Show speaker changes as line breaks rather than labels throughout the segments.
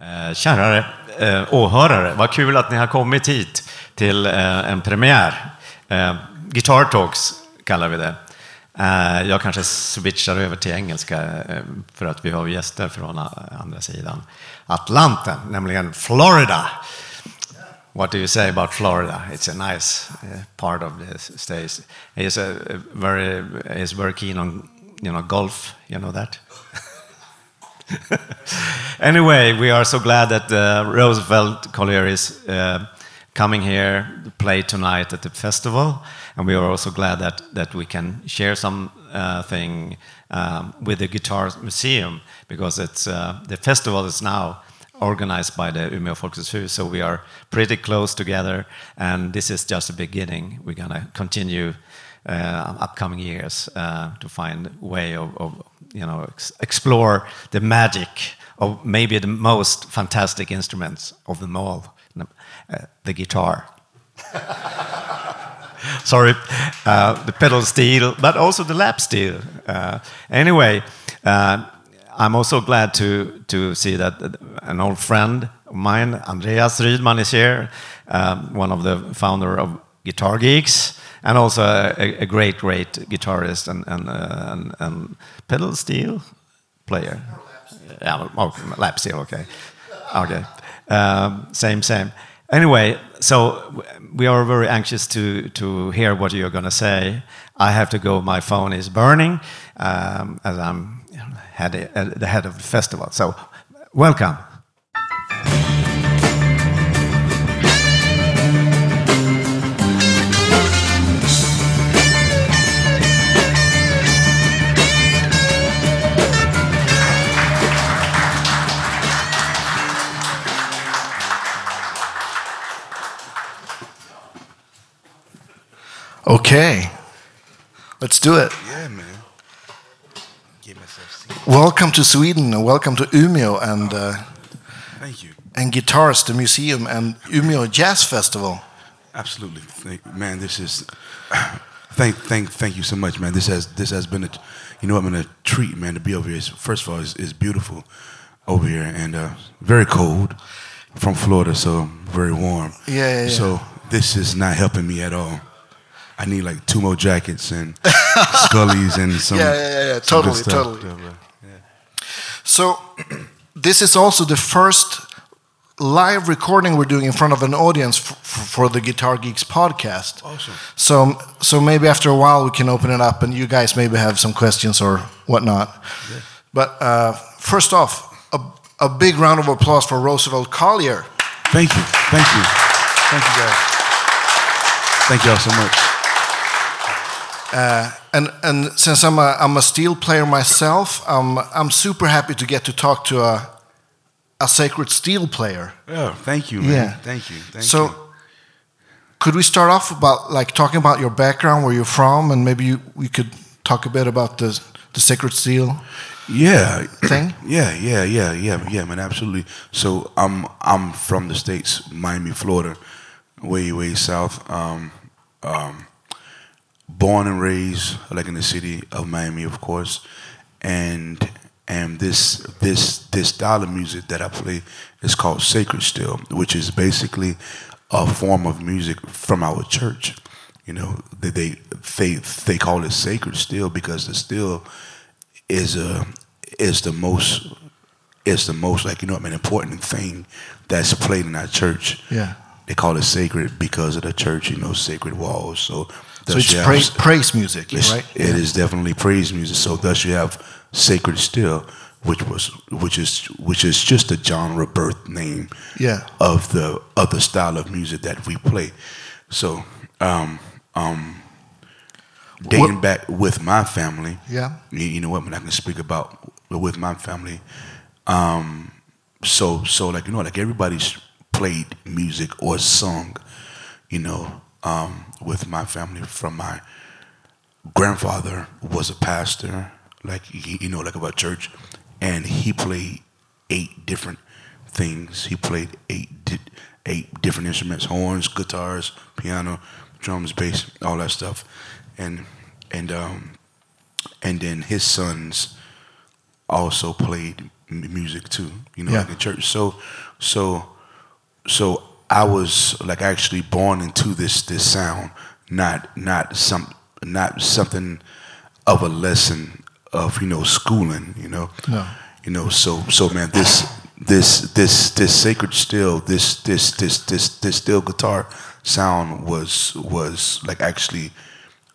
Eh, Kära eh, åhörare, vad kul att ni har kommit hit till eh, en premiär. Eh, Guitar Talks kallar vi det. Eh, jag kanske switchar över till engelska eh, för att vi har gäster från eh, andra sidan Atlanten, nämligen Florida. What do you say about Florida? It's a nice uh, part of the states. He's a a very he's very keen on you know golf. You know that. anyway, we are so glad that uh, Roosevelt Collier is uh, coming here to play tonight at the festival, and we are also glad that that we can share something uh, thing, um, with the Guitar Museum because it's uh, the festival is now organized by the Umeå Folkets Hus, so we are pretty close together, and this is just a beginning. We're gonna continue uh, upcoming years uh, to find way of, of you know ex- explore the magic of maybe the most fantastic instruments of them all, n- uh, the guitar. Sorry, uh, the pedal steel, but also the lap steel. Uh, anyway, uh, I'm also glad to to see that an old friend of mine, Andreas Rydman, is here, um, one of the founder of Guitar Geeks, and also a, a great, great guitarist and and, uh, and and pedal steel player. Yeah, well, okay, lap steel. Okay, okay, um, same, same. Anyway, so w- we are very anxious to to hear what you're going to say. I have to go. My phone is burning um, as I'm head, uh, the head of the festival. So, welcome.
Okay. Let's do it.
Yeah, man. Get myself seen.
Welcome to Sweden and welcome to Umeå and uh,
Thank you.
and Guitars, the museum and Umeå Jazz Festival.
Absolutely, thank, man. This is thank thank thank you so much, man. This has this has been a you know I'm in a treat, man, to be over here. It's- First of all, it's, it's beautiful over here and uh, very cold from Florida, so very warm.
Yeah, yeah, yeah.
So this is not helping me at all. I need like two more jackets and scullies and some.
Yeah, yeah, yeah, yeah.
some
Totally,
good stuff.
totally. So this is also the first live recording we're doing in front of an audience f- f- for the Guitar Geeks podcast.
Awesome.
So so maybe after a while we can open it up and you guys maybe have some questions or whatnot. But uh, first off, a, a big round of applause for Roosevelt Collier.
Thank you, thank you, thank you guys. Thank y'all so much.
And and since I'm a I'm a steel player myself, um, I'm super happy to get to talk to a a sacred steel player.
Yeah, thank you, man.
Yeah.
Thank you. Thank
so,
you.
could we start off about like talking about your background, where you're from, and maybe you, we could talk a bit about the the sacred steel
yeah,
thing?
yeah, yeah, yeah, yeah, yeah, man, absolutely. So I'm I'm from the states, Miami, Florida, way way south. Um, um, born and raised like in the city of Miami, of course, and and this this this style of music that I play is called sacred still, which is basically a form of music from our church. You know, they they they, they call it sacred still because the still is a is the most is the most like you know I mean important thing that's played in our church.
Yeah.
They call it sacred because of the church, you know, sacred walls. So
So
thus
it's
you have-
praise, praise music,
it's-
right?
It is definitely praise music. So thus you have sacred still, which was which is which is just a genre birth name
Yeah.
of the of the style of music that we play. So um um dating back with my family,
Yeah.
you, you know what? When I can speak about with my family, um, so so like you know, like everybody's played music or sung, you know, um, with my family from my grandfather was a pastor, like y- you know, like about church, and he played eight different things. He played eight di- eight different instruments: horns, guitars, piano, drums, bass, all that stuff, and and um, and then his sons also played m- music too, you know,
Yeah.
like in church. So, so, so I was like actually born into this this sound, not not some not something of a lesson of you know schooling, you know,
No.
you know. So so man, this this this this sacred still this this this this this steel guitar sound was was like actually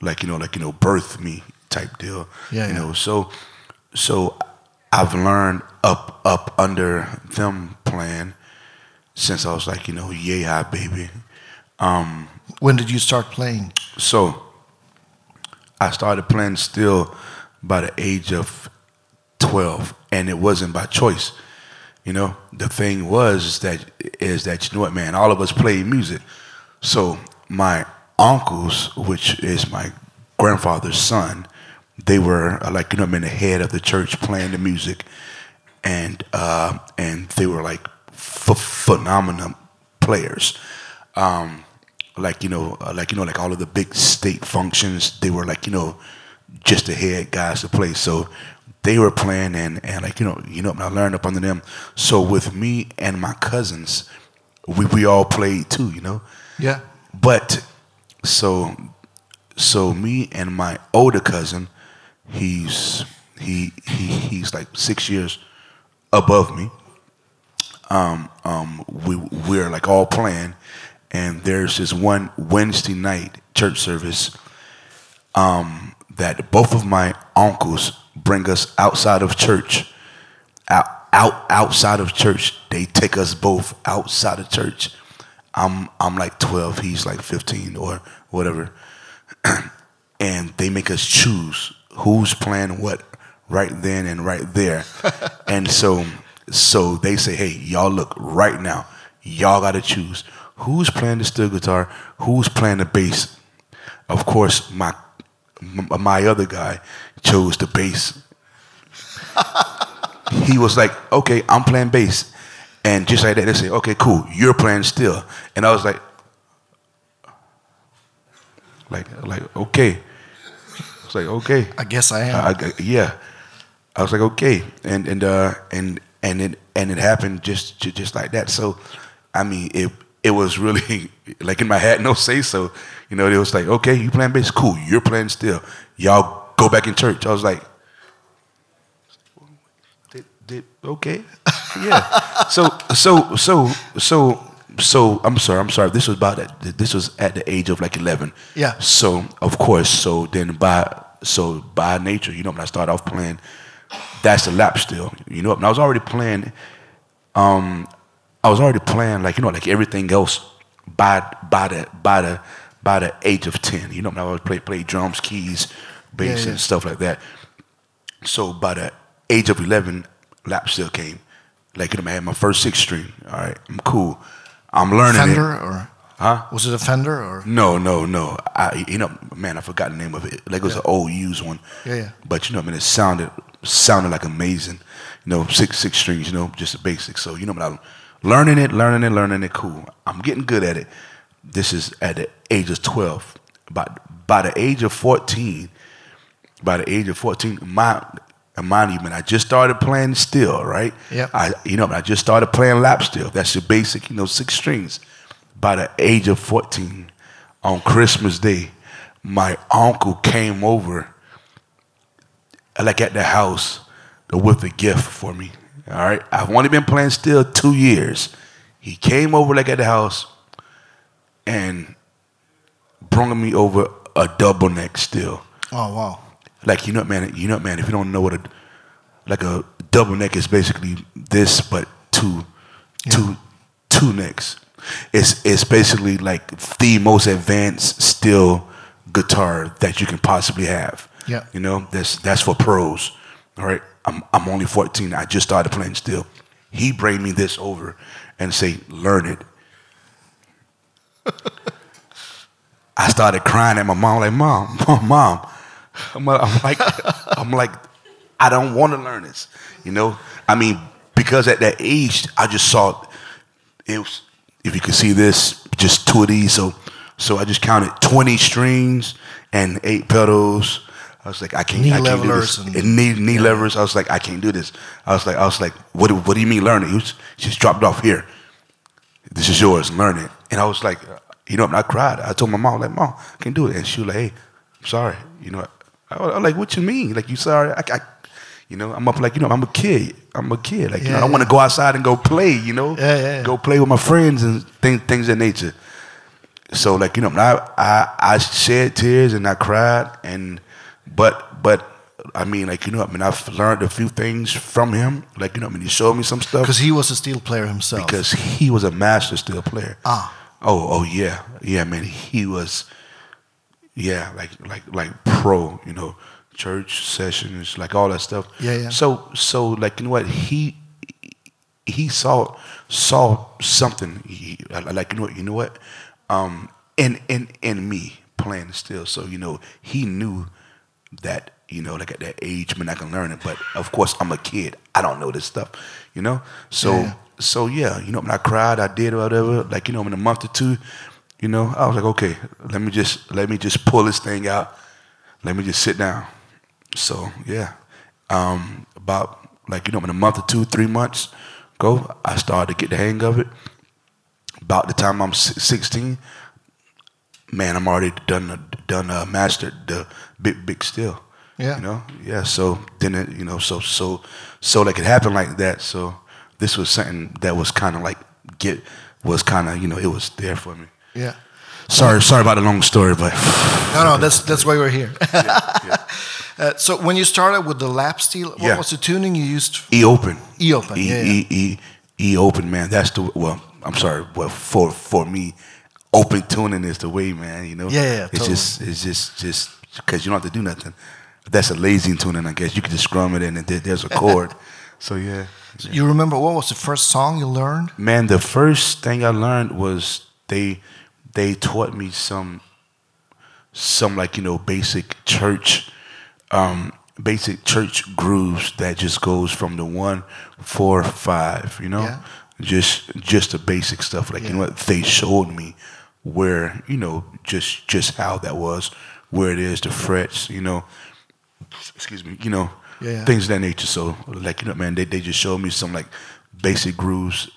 like you know like you know birth me type deal
Yeah,
you
yeah.
know so so i've learned up up under them playing since i was like you know yeah baby
When did you start playing?
so i started playing still by the age of 12 and it wasn't by choice you know the thing was is that is that you know what man all of us play music so my uncles which is my grandfather's son they were uh, like you know i'm in the head of the church playing the music and uh and they were like ph- phenomenal players um like you know uh, like you know like all of the big state functions they were like you know just the head guys to play. So they were playing and, and like, you know, you know, and I learned up under them. So with me and my cousins, we, we all played too, you know?
Yeah.
But so so me and my older cousin, he's he he he's like six years above me. Um um we we're like all playing and there's this one Wednesday night church service um, that both of my uncles bring us outside of church. Out, out outside of church. They take us both outside of church. I'm I'm like 12, he's like 15 or whatever. and they make us choose who's playing what right then and right there. and so so they say, "Hey, y'all look right now. Y'all got to choose who's playing the steel guitar, who's playing the bass." Of course, my m- my other guy chose the bass. he was like, "Okay, I'm playing bass," and just like that, they say, "Okay, cool, you're playing still," and I was like, "Like, like, okay." I was like, "Okay."
I guess I am.
I, I- yeah, I was like, okay, and and uh, and and it and it happened just ju- just like that. So, I mean, it it was really like in my head, no say so. You know, it was like, okay, you playing bass, cool. You're playing still. Y'all go back in church. I was like, did, did okay, yeah. so so so so so I'm sorry, I'm sorry. This was about that. This was at the age of like 11.
Yeah.
So of course, so then by so by nature, you know, when I started off playing, that's the lap still. You know, and I was already playing. Um, I was already playing like you know like everything else by by the by the by the age of 10. You know, when I was play play drums, keys, bass,
Yeah, yeah.
and stuff like that. So by the age of 11, lap still came. Like, you know, I had my first six string. All right, I'm cool. I'm learning it.
Fender or
Huh?
was it a Fender or
No, no, no. I, you know, man, I forgot the name of it. Like it was an old used one.
Yeah, yeah.
But you know, I mean, it sounded sounded like amazing. You know, six six strings. You know, just the basics. So you know, but I'm learning it, learning it, learning it. Cool. I'm getting good at it. This is at the age of twelve. By by the age of fourteen, by the age of fourteen, my and mind you, man, I just started playing still, right?
Yep.
I, you know, I just started playing lap still. That's your basic, you know, six strings. By the age of 14, on Christmas Day, my uncle came over, like at the house, with a gift for me. All right. I've only been playing still two years. He came over, like at the house, and brought me over a double neck still.
oh wow.
Like you know, man, you know, man. If you don't know what a like a double neck is, basically this, but two, two, two necks. It's it's basically like the most advanced steel guitar that you can possibly have.
Yeah.
you know, that's that's for pros. All right, I'm I'm only 14. I just started playing steel. He bring me this over and say, learn it. I started crying at my mom, like, mom, mom, mom. I'm, like- I'm like, I'm like, I don't want to learn this, you know? I mean, because at that age, I just saw it was, if you could see this, just two of these. So, so I just counted 20 strings and eight pedals. I was like, I can't.
Knee
I can't do
levelers
this.
and-
And knee knee levelers. I was like, I can't do this. I was like, I was like, what do, what do you mean learn it? He was just dropped off here. This is yours. Learn it. And I was like, you know, and I cried. I told my mom like, mom, I can't do it. And she was like, hey, I'm sorry. You know, I, I was like, what you mean? Like you sorry? I, I, you know, I'm up like you know, I'm a kid. I'm a kid. Like you know,
Yeah,
I want to go outside and go play. You know,
Yeah, yeah, yeah.
go play with my friends and things things of that nature so like you know I, I i shed tears and i cried and but but i mean like you know i mean i've learned a few things from him like you know i mean he showed me some stuff
Because he was a steel player himself.
because he was a master steel player
Ah.
oh oh yeah yeah man he was yeah like like like pro you know church sessions like all that stuff
Yeah, yeah.
so so like you know what he he saw saw something he, like you know what you know what um in in in me playing still so you know he knew that you know like at that age man i can learn it but of course i'm a kid i don't know this stuff you know so
Yeah.
so yeah you know when i cried i did whatever like you know in a month or two you know i was like okay let me just let me just pull this thing out let me just sit down so yeah, um, about like you know, in a month or two, three months ago, I started to get the hang of it. About the time I'm si- 16, man, I'm already done a- done uh, mastered the big big still.
Yeah.
you know, yeah. So then it, you know, so so so like it happened like that. So this was something that was kind of like get was kind of you know it was there for me.
yeah.
Sorry, sorry about the long story, but
No, no, that's that's why we're here.
yeah.
Uh, so when you started with the lap steel, what
Yeah.
was the tuning you used?
E open.
E open,
E,
yeah,
e, e, e open, man. That's the well. I'm sorry. Well, for for me, open tuning is the way, man. You know.
Yeah, yeah,
It's just it's just just because you don't have to do nothing. That's a lazy tuning, I guess. You can just strum it in, and there, there's a chord. so yeah.
You remember what was the first song you learned?
Man, the first thing I learned was they they taught me some some like you know basic church um basic church grooves that just goes from the one four five you know
Yeah.
just just the basic stuff like you know
Yeah.
what they showed me where you know just just how that was where it is the frets you know excuse me, you know,
Yeah, yeah.
things of that nature. So, like, you know, man, they, they just showed me some like basic grooves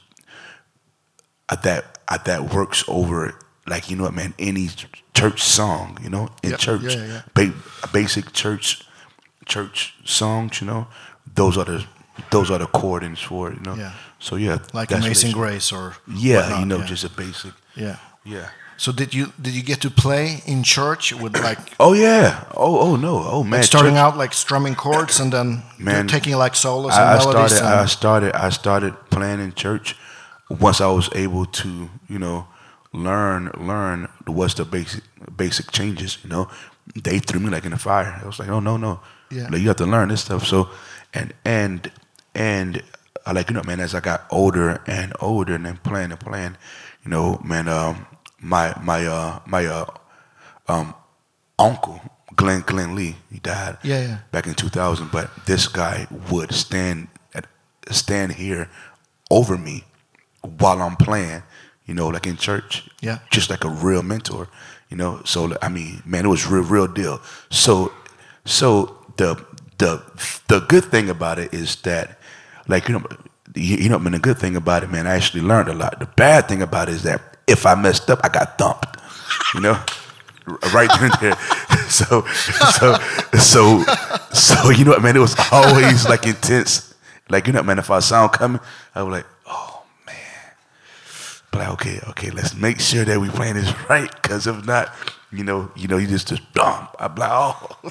uh, that uh, that works over like you know what, man, any church song, you know, in
Yeah,
church,
yeah, yeah.
Ba- basic church church songs, you know, those are the those are the chordings for it, you know.
Yeah.
So yeah,
Like
that's what
Amazing
they-
Grace or
Yeah,
whatnot,
you know,
yeah.
just a basic.
yeah.
Yeah.
So did you did you get to play in church with like,
Oh yeah. Oh oh no. Oh man.
like starting
church-
out like strumming chords and then
Man,
taking like solos
I, I
and melodies?
started.
and-
I started. I started playing in church once I was able to, you know, learn learn what's the basic basic changes. You know, they threw me like in the fire. I was like, oh no no,
Yeah.
like you have to learn this stuff. So, and and and I like you know, man. As I got older and older, and then playing and playing, you know, man. Um, my my uh my uh um, uncle, Glenn Glenn Lee, he died.
Yeah, yeah.
Back in 2000, but this guy would stand at, stand here over me while I'm playing, you know, like in church.
Yeah.
Just like a real mentor, you know. So I mean, man, it was real real deal. So so the the the good thing about it is that like you know you, you know I mean the good thing about it, man, I actually learned a lot. The bad thing about it is that if I messed up, I got thumped. You know? R- right then and there. So, so, so, so, you know what, man? It was always like intense. Like, you know what, man? If I sound coming, I was like, oh, man. But like, okay, okay, let's make sure that we playing this right. Because if not, you know, you know, you just, just, bum. I'm like, oh.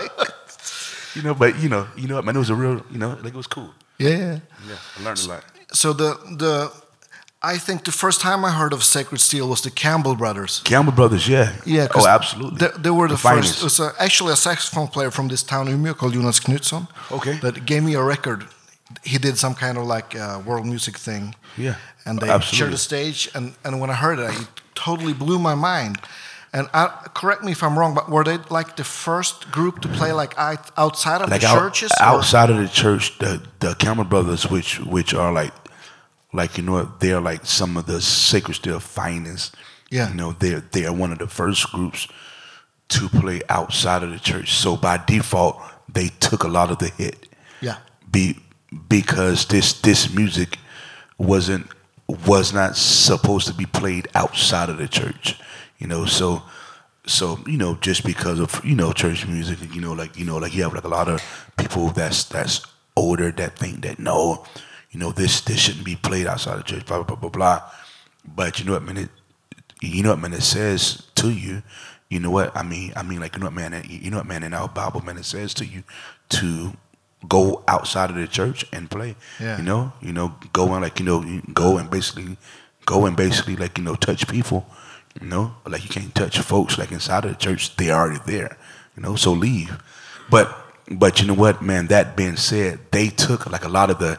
you know, but, you know, you know what, man? It was a real, you know, like, it was cool.
yeah, yeah.
Yeah, I learned a lot.
So the the I think the first time I heard of Sacred Steel was the Campbell Brothers.
Campbell Brothers, yeah.
Yeah, 'cause
Oh, absolutely.
They, they were the, first.
finest.
It was uh actually a saxophone player from this town Umeå called Jonas Knutsson.
Okay.
That gave me a record. He did some kind of like uh, world music thing.
Yeah,
And they shared
absolutely.
the stage, and, and when I heard it, it totally blew my mind. And I, correct me if I'm wrong, but were they like the first group to play like out- outside of
like
the
out-
churches? or-
outside of the church, the the Campbell brothers, which which are like, like you know, what, they're like some of the sacred still finest.
Yeah.
you know, they're they are one of the first groups to play outside of the church. So by default, they took a lot of the hit.
Yeah.
Be because this this music wasn't was not supposed to be played outside of the church. You know, so so you know just because of you know church music, you know like you know like you have like a lot of people that's that's older that think that no, you know this this shouldn't be played outside of church. Blah blah blah blah blah. But you know what, man, it, you know what man it says to you you know what i mean i mean like you know what man you know what man in our bible man it says to you to go outside of the church and play
Yeah.
you know you know go and like you know you go and basically go and basically like you know touch people you know like you can't touch folks like inside of the church they already there you know so leave but but you know what man that being said they took like a lot of the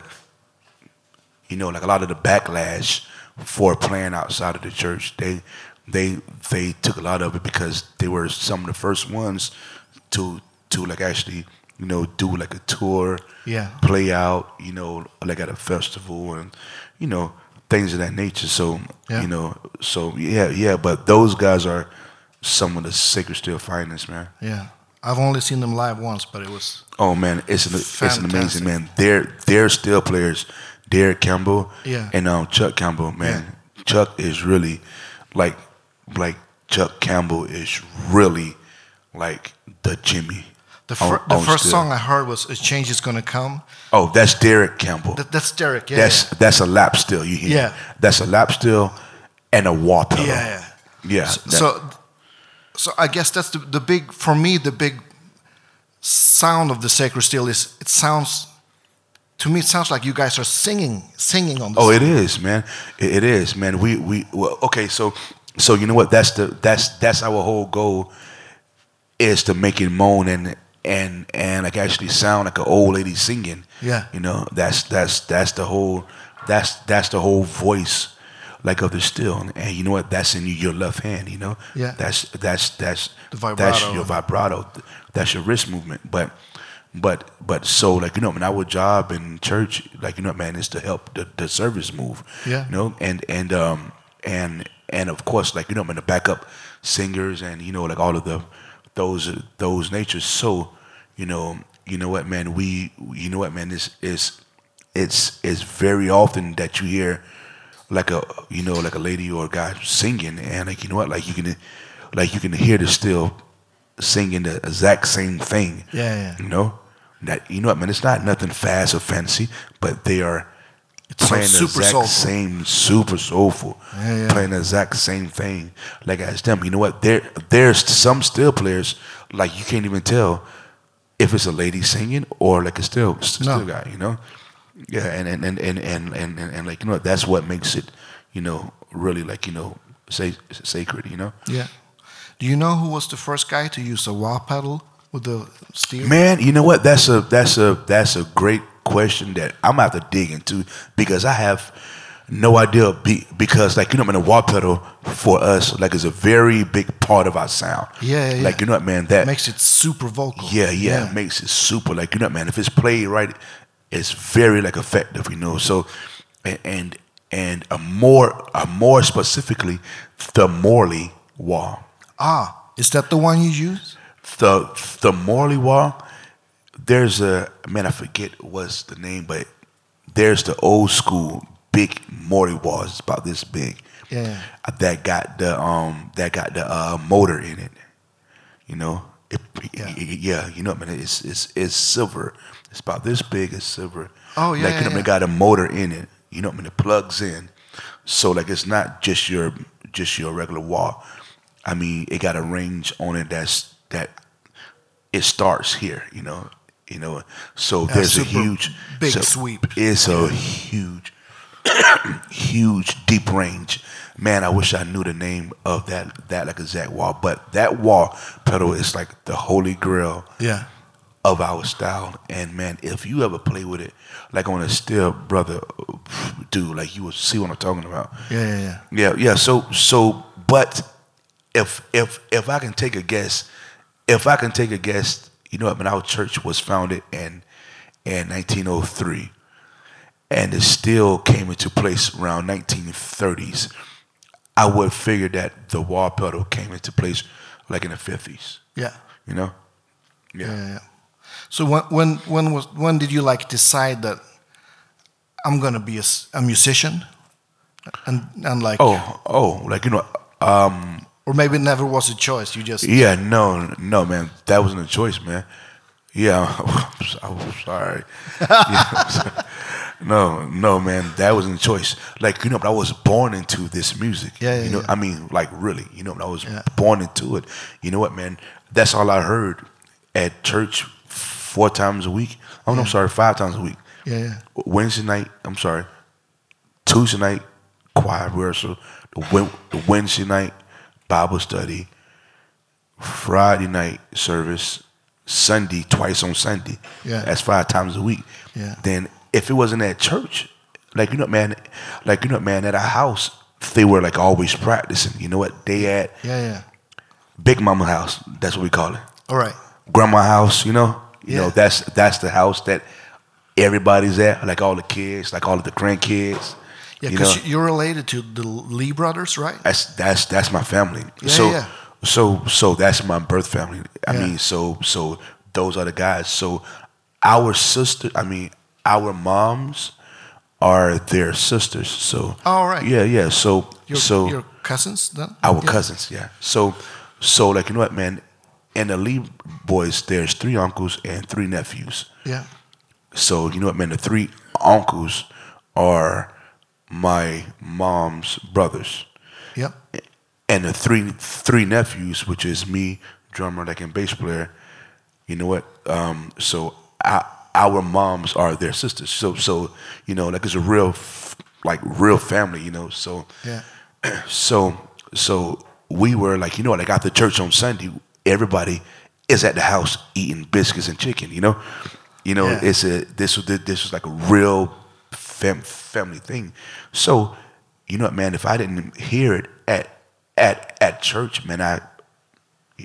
you know, like a lot of the backlash for playing outside of the church. They they they took a lot of it because they were some of the first ones to to like actually, you know, do like a tour,
Yeah.
play out, you know, like at a festival and you know, things of that nature. So
Yeah.
you know, so yeah, yeah, but those guys are some of the sacred still finest, man.
Yeah. I've only seen them live once, but it was
Oh man, it's an, it's an
Fantastic.
amazing man. They're they're still players. Derek Campbell,
Yeah.
and um Chuck Campbell, man. Chuck is really like like Chuck Campbell is really like the Jimmy.
the,
on-
fir- the
on
first
still.
song I heard was "A Change Is Gonna Come."
Oh, that's Derek Campbell.
That, that's Derek. Yeah.
that's that's a lap still. You hear?
Yeah.
That's a lap still, and a wall
yeah.
pillow.
yeah. yeah.
yeah.
So,
that-
so, so I guess that's the, the big for me. The big sound of the sacred steel is it sounds to me. It sounds like you guys are singing, singing on. The
Oh, it is, man. It, it is, man. We we well, okay. So so you know what? That's the that's that's our whole goal is to make it moan and and and like actually sound like an old lady singing.
Yeah.
you know that's that's that's the whole that's that's the whole voice like of the still and you know what? That's in your left hand. You know.
Yeah.
That's that's that's
The
That's
vibrato.
your vibrato. That's your wrist movement, but. But but so like you know, I mean, our job in church, like you know, man, is to help the, the service move.
Yeah.
You know, and and um and and of course, like you know, I mean, the backup singers and you know, like all of the those those natures. So you know, you know what, man, we you know what, man, this is it's it's very often that you hear like a you know like a lady or a guy singing and like you know what like you can like you can hear the still singing the exact same thing
Yeah, yeah.
you know that you know what man it's not nothing fast or fancy but they are
so
playing the
super
exact
soulful.
same super soulful
Yeah, yeah.
playing the exact same thing like as them you know what there there's some still players like you can't even tell if it's a lady singing or like a still still
No.
guy you know yeah, and and and and and and, and, and like you know what, that's what makes it, you know, really like you know, say sacred, you know.
yeah. Do you know who was the first guy to use a wah pedal with the steel?
Man, you know what? That's a that's a that's a great question that I'm gonna have to dig into because I have no idea be, because like you know, man, the wall pedal for us like is a very big part of our sound.
Yeah, yeah, yeah.
Like you know what, man, that
Makes it super vocal.
Yeah, yeah, it makes it super. Like you know, man, if it's played right, it's very like effective. You know, so a- and and a more a more specifically, the Morley wall,
Ah, is that the one you use?
the the Morley wall. There's a man I forget what's the name, but there's the old school big Morley wall. It's about this big.
Yeah.
That got the um that got the uh, motor in it. You know, it,
Yeah.
yeah. yeah, you know, man, it's it's it's silver. It's about this big. It's silver.
Oh, yeah,
like you know,
yeah,
man,
yeah.
it got a motor in it. You know, man, it plugs in. So like, it's not just your just your regular wall. I mean, it got a range on it that's that it starts here. You know, you know. So there's a
super
huge
big
so
sweep.
It's a huge huge deep range. Man, I wish I knew the name of that that like exact wall, but that wall pedal is like the holy grail
Yeah.
of our style. And man, if you ever play with it, like on a still brother, dude, like you will see what I'm talking about.
Yeah, yeah, yeah.
Yeah, yeah. So so but if if if I can take a guess, if I can take a guess, you know what, man, our church was founded in in nineteen oh three and it still came into place around nineteen thirties. I would figure that the wall pedal came into place like in the fifties.
Yeah.
You know? Yeah.
Yeah, yeah. So when when when was when did you like decide that I'm gonna be a, s- a musician, and and like
Oh, oh, like you know, um,
or maybe it never was a choice. You just
yeah, no, no, man, that wasn't a choice, man. Yeah, I'm so- I'm sorry. Yeah, I'm sorry. No, no, man, that wasn't a choice. Like you know, but I was born into this music.
Yeah, yeah,
you know,
yeah.
I mean, like really, you know, but I was
Yeah.
born into it. You know what, man? That's all I heard at church four times a week. Oh, no, I'm sorry, five times a week.
yeah yeah
Wednesday night, I'm sorry, Tuesday night choir rehearsal, the, Wed- the Wednesday night Bible study, Friday night service, Sunday twice on Sunday.
Yeah.
that's five times a week.
Yeah.
Then if it wasn't at church, like you know, man, like you know, man, at our house, they were like always practicing. You know what? They at
yeah yeah.
Big Mama house. That's what we call it
All right.
grandma house, you know, you know
Yeah.
that's that's the house that everybody's at, like all the kids, like all of the grandkids.
Yeah,
you know,
because you're related to the Lee brothers, right?
that's that's that's my family.
Yeah,
so
yeah.
so so that's my birth family. I
Yeah.
mean, so so those are the guys. So our sister, I mean, our moms are their sisters. So
Oh, right.
yeah, yeah. So
Your,
so
your cousins then?
our
Yeah.
cousins, yeah. So, so like you know what, man. And the Lee boys, there's three uncles and three nephews.
Yeah.
So you know what, man. The three uncles are my mom's brothers,
Yeah.
and the three three nephews, which is me, drummer, like and bass player. You know what? Um, so I, our moms are their sisters. So so you know, like it's a real, f- like real family. You know, so
Yeah.
so so we were like, you know, like after church on Sunday, everybody is at the house eating biscuits and chicken. You know, you know,
Yeah.
it's a this was this was like a real fam, family thing. So you know, what, man, if I didn't hear it at at at church, man, I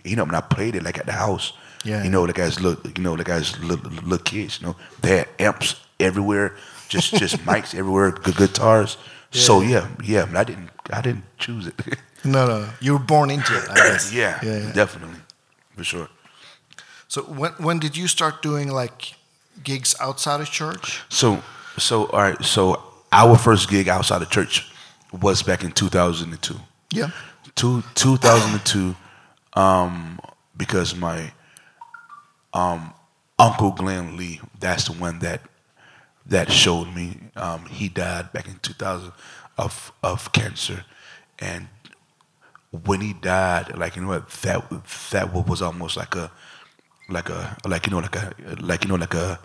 you know, when I played it like at the house,
Yeah.
you know, like as look, you know, like as little, little kids, you know, they had amps everywhere, just just mics everywhere, good guitars. So yeah, yeah, man, I didn't I didn't choose it.
No, no, no. You were born into it, I guess.
yeah,
Yeah. yeah.
definitely, for sure.
So when when did you start doing like gigs outside of church?
So so all right, so our first gig outside of church was back in 2002.
Yeah.
two, 2002 um, because my um, uncle Glenn Lee that's the one that that showed me um, he died back in 2000 of of cancer and when he died like you know what that that was almost like a like a like you know like a like you know like a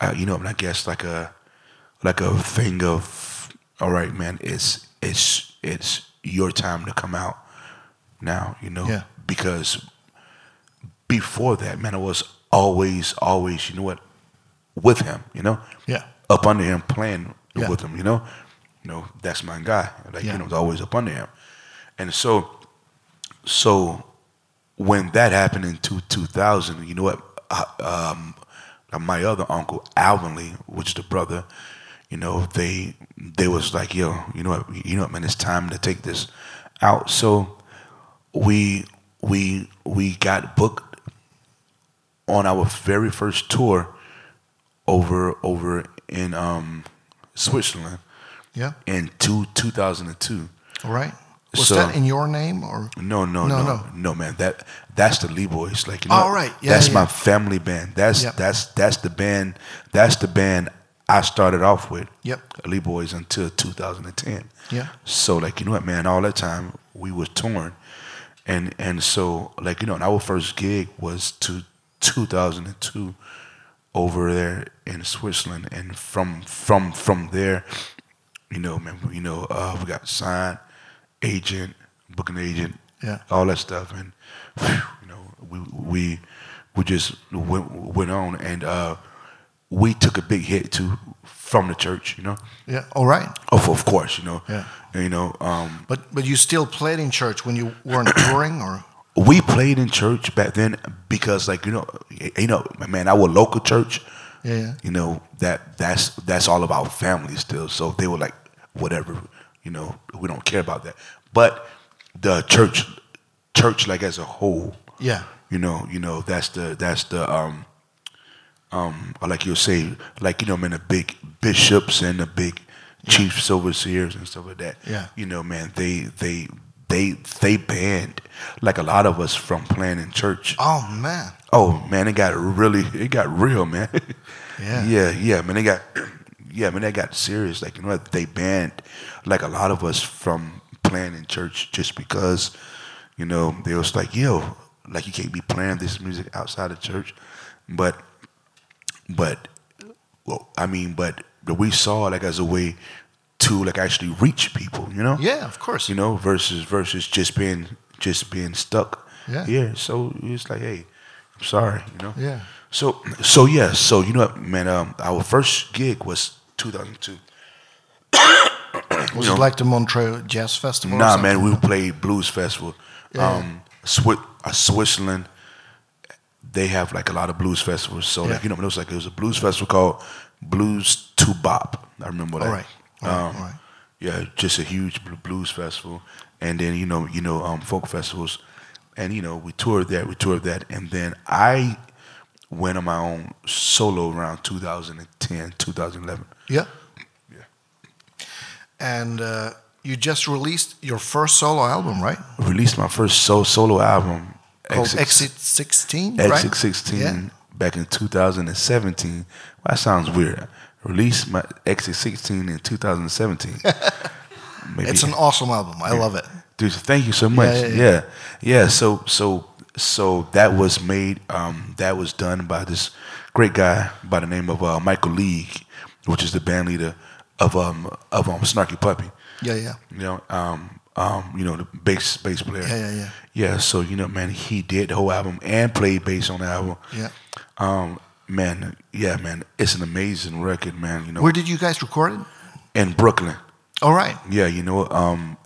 uh, you know I guess like a like a thing of all right man it's it's it's your time to come out now you know
Yeah.
because before that man I was always always you know what with him you know
Yeah.
up under him playing
Yeah.
with him you know you know that's my guy like
Yeah.
you know it's always up under him and so so when that happened in two, 2000, you know what? Uh, Um, my other uncle, Alvin Lee, which is the brother, you know, they they was like, yo, you know what, you know what, man, it's time to take this out. So we we we got booked on our very first tour over over in um, Switzerland
Yeah.
in two, 2002.
All right. Was
So-
that in your name or?
No,
No,
no, no, no,
no.
man. That that's the Lee Boys. Like you know,
All right. Yeah,
that's
yeah.
my family band. That's
Yep.
that's that's the band. That's the band I started off with.
Yep.
the Lee Boys until 2010.
Yeah.
So like you know what, man. All that time we was torn, and and so like you know, and our first gig was to 2002 over there in Switzerland, and from from from there, you know, man, you know, uh, we got signed, agent, booking agent,
Yeah.
all that stuff, and phew, you know, we we we just went went on, and uh, we took a big hit too from the church, you know,
Yeah. All right.
of of course, you know,
Yeah.
you know, um,
But but you still played in church when you weren't touring or?
we played in church back then because like you know you know man our local church
Yeah, yeah.
you know that that's that's all about family still so they were like whatever you know we don't care about that but the church church like as a whole.
Yeah.
You know, you know that's the that's the um um or like you'll say like you know man the big bishops and the big chiefs overseers and stuff like that.
Yeah.
You know, man, they they they they banned like a lot of us from playing in church.
Oh man.
Oh man, it got really, it got real, man.
Yeah.
yeah, yeah, man. It got, yeah, man. That got serious. Like you know, what? they banned like a lot of us from playing in church just because, you know, they was like, yo, like you can't be playing this music outside of church, but, but, well, I mean, but but we saw it, like as a way to like actually reach people, you know?
Yeah, of course.
you know, versus versus just being just being stuck.
Yeah.
Yeah. So it's like, hey, I'm sorry, you know.
Yeah.
So so yeah, so you know what, man, um our first gig was 2002.
Was
you
it
know.
like the Montreux Jazz Festival? or
Nah,
something?
man, we played Blues Festival.
Yeah.
Um Swi- uh, Switzerland they have like a lot of blues festivals. So
Yeah.
like you know, it was like it was a blues festival called Blues to Bop. I remember that.
All right. All right,
Um,
all right.
yeah, just a huge bl- blues festival, and then you know, you know, um, folk festivals, and you know, we toured that, we toured that, and then I went on my own solo around 2010, 2011.
Yeah.
Yeah.
And uh, you just released your first solo album, right?
Released my first so- solo album,
Called
Exit-
Exit 16, right?
Exit 16
Yeah.
back in 2017. Well, that sounds weird. Released my Exit 16 in 2017. Maybe.
It's an awesome album. I love it.
Dude, thank you so much.
yeah,
Yeah,
yeah.
yeah. So, so, so that was made. Um, that was done by this great guy by the name of uh, Michael League, which is the band leader of um of um Snarky Puppy.
Yeah, yeah.
You know, um, um, you know the bass bass player.
Yeah, yeah, yeah.
Yeah. So you know, man, he did the whole album and played bass on the album.
Yeah.
Um, man, yeah, man, it's an amazing record, man. You know,
Where did you guys record it?
in Brooklyn.
All right.
Yeah, you know, um,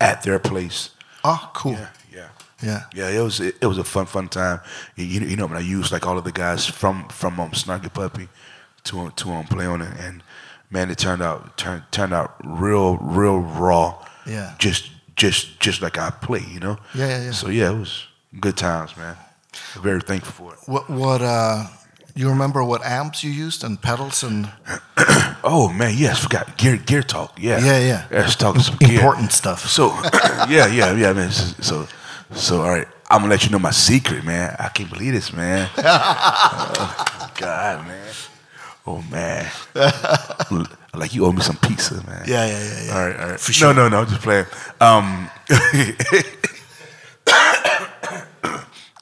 at their place.
Oh, cool.
Yeah, yeah.
Yeah.
Yeah, it was it, it was a fun fun time. You- You, you know, when I used like all of the guys from from um, Snarky Puppy to um, to um, play on it, and man, it turned out turned turned out real real raw.
Yeah.
just just just like I play, you know.
Yeah, yeah, yeah.
So yeah, it was good times, man. Very thankful for it.
What, what, uh, you remember what amps you used and pedals and
Oh man, yes, forgot gear gear talk. Yeah,
Yeah, yeah.
Let's talk some gear.
important stuff?
So yeah, yeah, yeah, man. So, so so all right. I'm gonna let you know my secret, man. I can't believe this, man. Oh, God, man. Oh man. like you owe me some pizza, man.
Yeah, yeah, yeah, yeah.
All right, all right.
For sure.
No, no, no. I'm just playing. Um,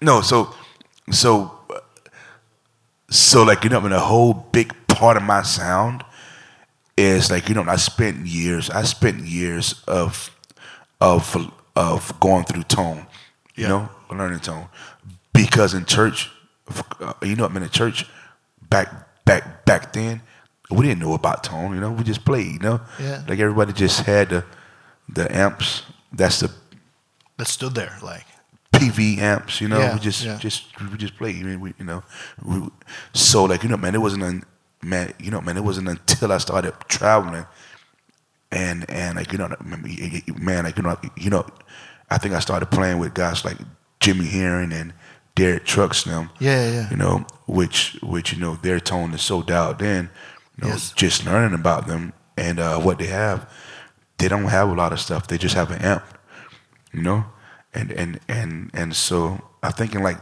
no, so so so like you know, I mean, a whole big part of my sound is like you know, I spent years. I spent years of of of going through tone, you
Yeah.
know, learning tone, because in church, uh, you know, I mean, in church, back back back then, we didn't know about tone. You know, we just played. You know,
Yeah.
like everybody just had the the amps. That's the
That stood there, like.
PV amps, you know.
Yeah,
we just
yeah.
just we just play. You mean we, you know, we, so like you know, man, it wasn't un, man, you know, man, it wasn't until I started traveling, and and like you know, man, like you know, you know, I think I started playing with guys like Jimmy Herring and Derek Trucks them.
Yeah, yeah, yeah.
You know, which which you know their tone is so dialed in. You know,
Yes.
just learning about them and uh, what they have. They don't have a lot of stuff. They just have an amp you know and and and and so i think in like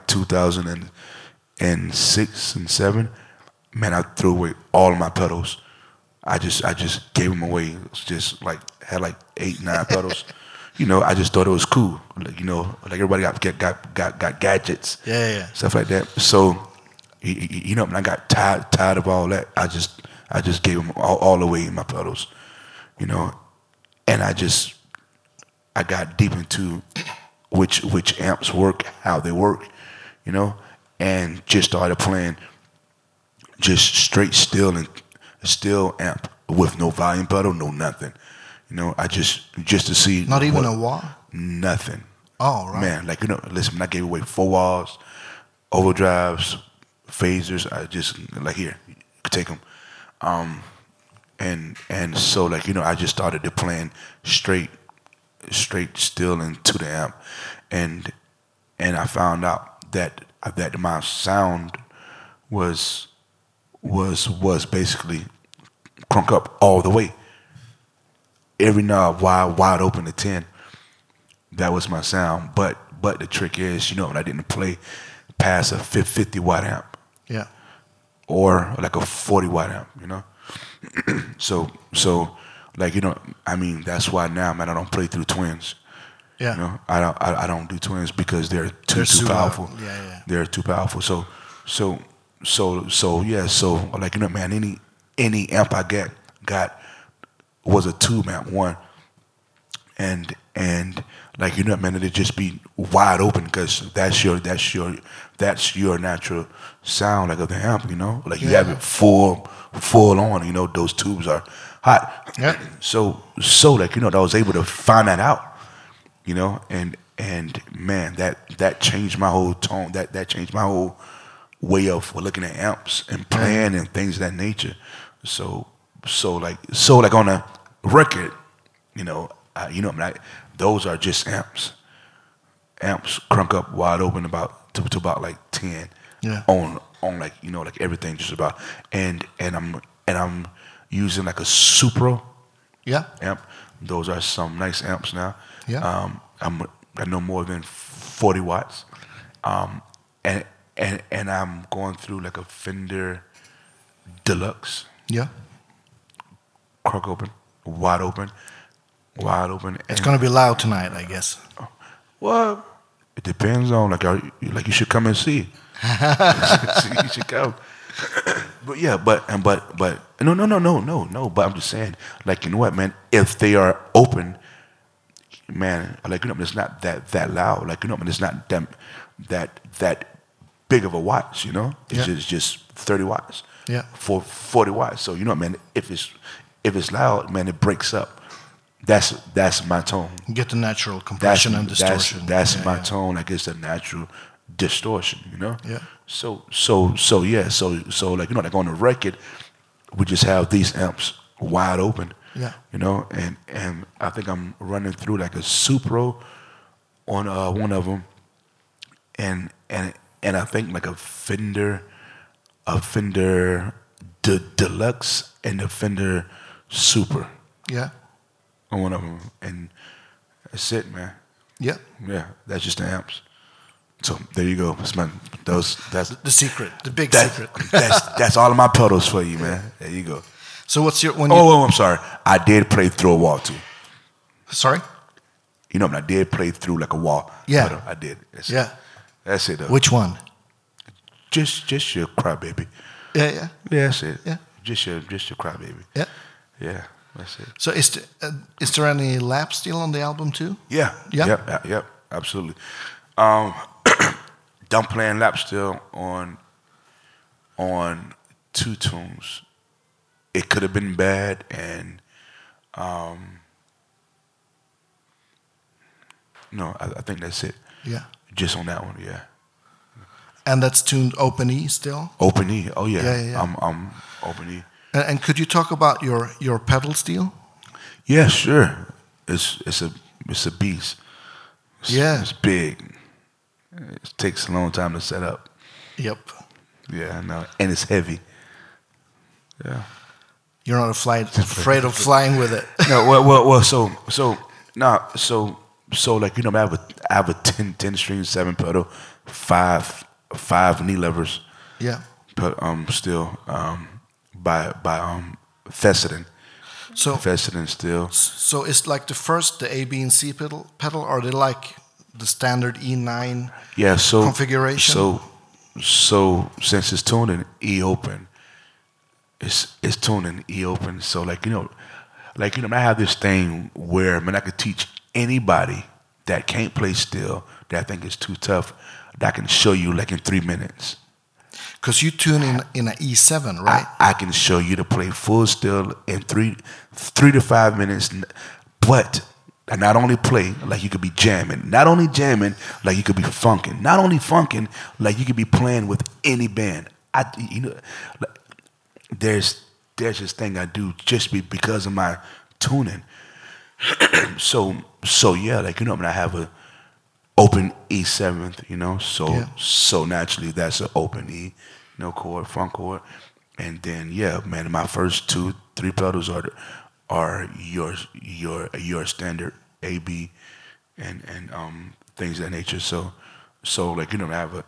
2006 and 7 man i threw away all of my pedals i just i just gave them away It was just like had like eight nine pedals you know i just thought it was cool like, you know like everybody got got got got, got gadgets
Yeah, yeah.
stuff like that so y- y- you know when i got tired tired of all that i just i just gave them all, all away my pedals you know and i just I got deep into which which amps work, how they work, you know, and just started playing just straight still and still amp with no volume pedal, no nothing. You know, I just just to see
Not even
what-
a wall?
nothing.
Oh, right.
Man, like you know, listen, I gave away four walls, overdrives, phasers. I just like here, take them. Um, and and so like you know, I just started to playing straight, straight still into the amp, and and I found out that that my sound was was was basically crunk up all the way. Every knob wide wide open to ten. That was my sound. But but the trick is, you know, when I didn't play past a fif- 50 watt amp
Yeah.
or like a 40 watt amp, you know. so so like you know, I mean that's why now man I don't play through twins.
Yeah.
You know, I don't I, I don't do twins because they're too
They're
too
super-
powerful.
yeah, yeah.
They're too powerful. So so so so yeah, so like you know, man, any any amp I get got was a two amp one. And and like you know, man, it'd just be wide open because that's your that's your that's your natural sound like of the amp, you know? Like you have
Yeah.
it full full on, you know, those tubes are hot.
Yeah.
So so like, you know, I was able to find that out you know and and man that that changed my whole tone that that changed my whole way of looking at amps and playing and things of that nature so so like so like on a record you know I, you know I, mean, I- those are just amps amps crunk up wide open about to, to about like 10
Yeah.
on on like you know like everything just about and and i'm and i'm using like a supro
Yeah.
amp. Those are some nice amps now.
Yeah.
Um, I'm I know more than 40 watts, um, and and and I'm going through like a Fender Deluxe,
Yeah.
crook open, wide open, wide open.
It's
and-
going to be loud tonight, I guess.
well, it depends on like are, you- like you should come and see. you should come. but yeah, but and but but no no no no no no. But I'm just saying, like you know what, man? If they are open, man, like you know, it's not that that loud. Like you know, it's not that that that big of a watts. You know, it's
Yeah.
just just 30 watts.
Yeah.
For 40 watts. So you know, man, if it's if it's loud, man, it breaks up. That's that's my tone
Get the natural compression and distortion.
that's
Yeah,
my
yeah.
tone. Like it's a natural distortion, you know.
Yeah.
So so so yeah. So so like you know like on the record, we just have these amps wide open.
Yeah.
You know, and and I think I'm running through like a Supro on uh, one of them, and and and I think like a Fender, a Fender D- Deluxe and a Fender Super
Yeah.
on one of them, and that's it, man.
Yeah.
Yeah, that's just the amps. So there you go. That's my those that's
The secret, the big
that,
secret.
that's that's all of my pedals for you, man. There you go.
So what's your when?
Oh, oh, I'm sorry. I did play through a wall too.
you, sorry.
You know, I, mean, I did play through like a wall.
Yeah.
But, uh, I did. That's
Yeah.
It. That's it. Though.
Which one?
just just your crybaby.
Yeah. Yeah.
Yeah, that's it.
Yeah.
Just your just your crybaby.
Yeah.
Yeah, that's it.
So is th- uh, is there any lap still on the album too?
Yeah.
Yeah.
Yep. uh, Yep. Absolutely. Um, done playing lap still on on two tunes. It could have been bad, and um, no, I, I think that's it.
Yeah.
Just on that one, yeah.
And that's tuned open E still.
Open E. Oh yeah.
Yeah, yeah, yeah.
I'm I'm open E.
And, and could you talk about your your pedal steel?
Yeah, sure. It's it's a it's a beast. It's,
Yeah.
It's big. It takes a long time to set up.
Yep.
Yeah, I know. And it's heavy. Yeah.
You're not afraid afraid of flying with it.
No, well, well, well so, so, nah, so, so, like, you know, I have a, I have a 10, 10 string, seven pedal, five, five knee levers,
yeah.
but, um, still, um, by, by, um, Fessenden.
So
Fessenden still.
so it's like the first the A B and C pedal pedal or they like the standard E E9.
Yeah, so,
Configuration?
So, so, since it's tuned in E open, it's, it's tuned in E open. So, like, you know, like, you know, I have this thing where, man, I could teach anybody that can't play still, that I think is too tough, that I can show you, like, in three minutes.
Because you tune in in an E7, right?
I, I can show you to play full still in three three to five minutes. n- But I not only play like you could be jamming, not only jamming like you could be funking, not only funking like you could be playing with any band. I you know like, there's there's this thing I do just be, because of my tuning. so so yeah, like you know, I mean, I have a open E seventh, you know. So
Yeah.
so naturally that's an open E, no chord, front chord, and then yeah, man, my first two three pedals are are your your your standard A B, and and um things of that nature. So so like you don't have a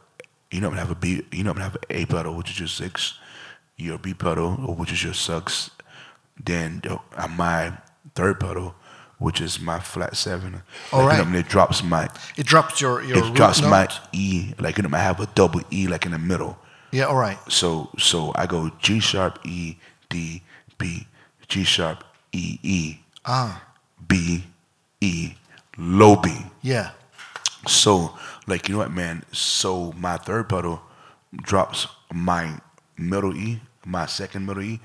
you don't have a B you don't have an A pedal which is your six, your B pedal which is your sucks, then the- uh, my third pedal. Which is my flat
All
seven. Like, you know,
right.
and it drops my
It dropped your your
it
root
drops
note.
my E, like you know, I have a double E like in the middle.
Yeah, all right.
So so I go G sharp E D B G sharp E E
Ah,
B E low B.
yeah.
So like you know what man, so my third pedal drops my middle E, my second middle E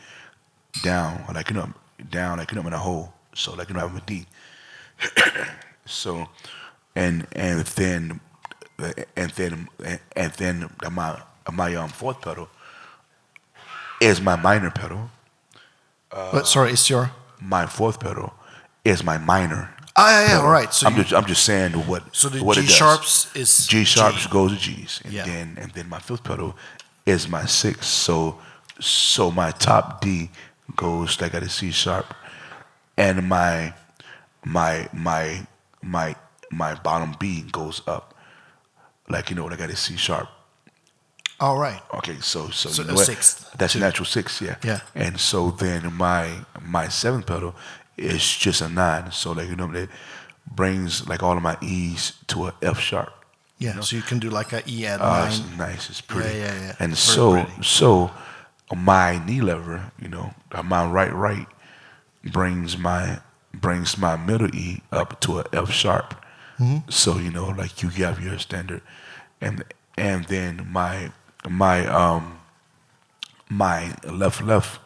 down, like you know, down like you know in a hole. So like you know I'm a D. So, and and then, and then and then my my um fourth pedal is my minor pedal.
but sorry, it's your.
My fourth pedal is my minor.
Ah, yeah, yeah,
pedal.
all right. So
I'm
you,
just I'm just saying what
So the
what it
G
does.
sharps is
G sharps
G.
goes to G's, and
Yeah.
then and then my fifth pedal is my sixth. So so my top D goes like at a C sharp, and my my my my my bottom B goes up, like you know like at a C sharp.
all right.
Okay, so so,
So
you know
a
what?
sixth,
That's
two.
a natural six, yeah.
Yeah.
And so then my my seventh pedal is just a nine. So like you know that brings like all of my E's to a F sharp.
Yeah. So you can do like a E at
Oh,
nine.
it's nice. It's pretty.
yeah, yeah.
And
Very
so,
pretty.
so uh, my knee lever, you know, uh, my right right brings my brings my middle E up to a F sharp.
Mm-hmm.
So you know, like you have your standard, and and then my my um my left left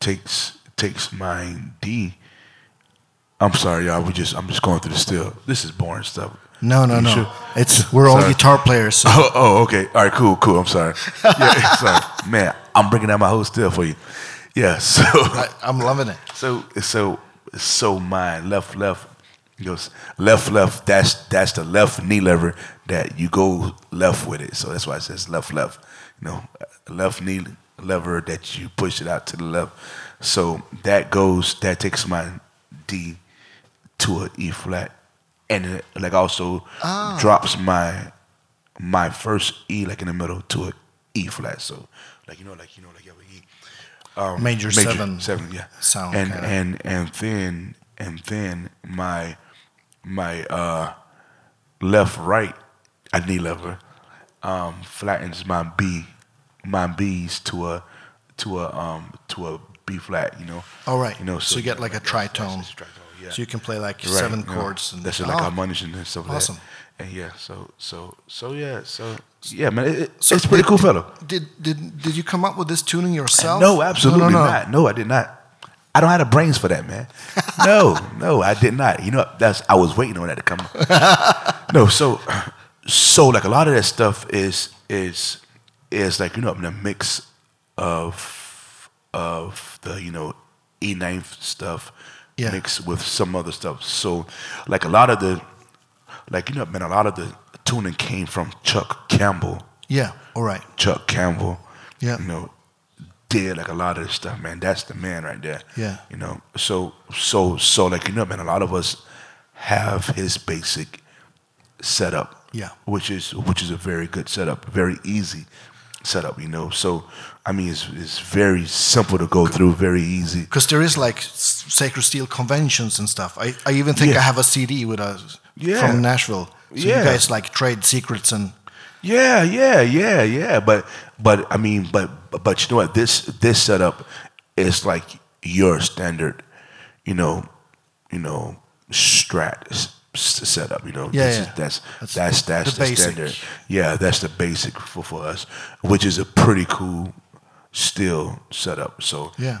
takes takes my D. I'm sorry, y'all. We just I'm just going through the still. This is boring stuff.
No, no,
You
no.
sure?
It's we're all
Sorry.
guitar players. So.
Oh, oh, okay. All right, cool, cool. I'm sorry. Yeah, sorry. Man, I'm bringing out my whole still for you. Yeah, so
I, I'm loving it.
so so so my left left goes left left that's that's the left knee lever that you go left with it so that's why it says left left you know left knee lever that you push it out to the left so that goes that takes my d to a e flat and it, like also drops my my first e like in the middle to a e flat so like you know like you know like you have a e um,
Major seven
seven yeah
sound
and
kinda.
and and then and then my my uh left right a knee lever um flattens my b my b's to a to a um to a b flat you know
All Oh, right.
you know
so, you get like a
that's- that's-
tritone.
that's a tritone, yeah
So you can play like
Right,
seven
you know,
chords. And,
that's just like
Oh,
our harmonics and stuff like
Awesome.
that and yeah so so so yeah so yeah man it,
So
it's a pretty
did-
cool fellow
Did did did you come up with this tuning yourself?
No, absolutely
no, no.
not. No, I did not. I don't have the brains for that, man. No, no, I did not. You know, that's I was waiting on that to come. no, so so like a lot of that stuff is is is like you know the mix of of the you know E ninth stuff
Yeah.
mixed with some other stuff. So like a lot of the like you know man, a lot of the tuning came from Chuck Campbell.
Yeah. All right.
Chuck Campbell.
Yeah.
You know, did like a lot of this stuff, man. That's the man right there.
Yeah.
You know, so so so like you know, man, a lot of us have his basic setup.
Yeah.
Which is which is a very good setup, very easy setup, you know. So I mean it's it's very simple to go through, very easy.
Because there is like s- sacred steel conventions and stuff. I, I even think
Yeah.
I have a CD with a
Yeah.
from Nashville. So you
Yeah.
guys like trade secrets and
Yeah, yeah, yeah, yeah. But but I mean, but but you know what? This this setup is like your standard, you know, you know, strat s- s- setup. You know,
Yeah,
This
yeah.
is- that's
That's
that's that's that's
the
the,
basic.
standard. Yeah, that's the basic for for us, which is a pretty cool still setup. So
Yeah.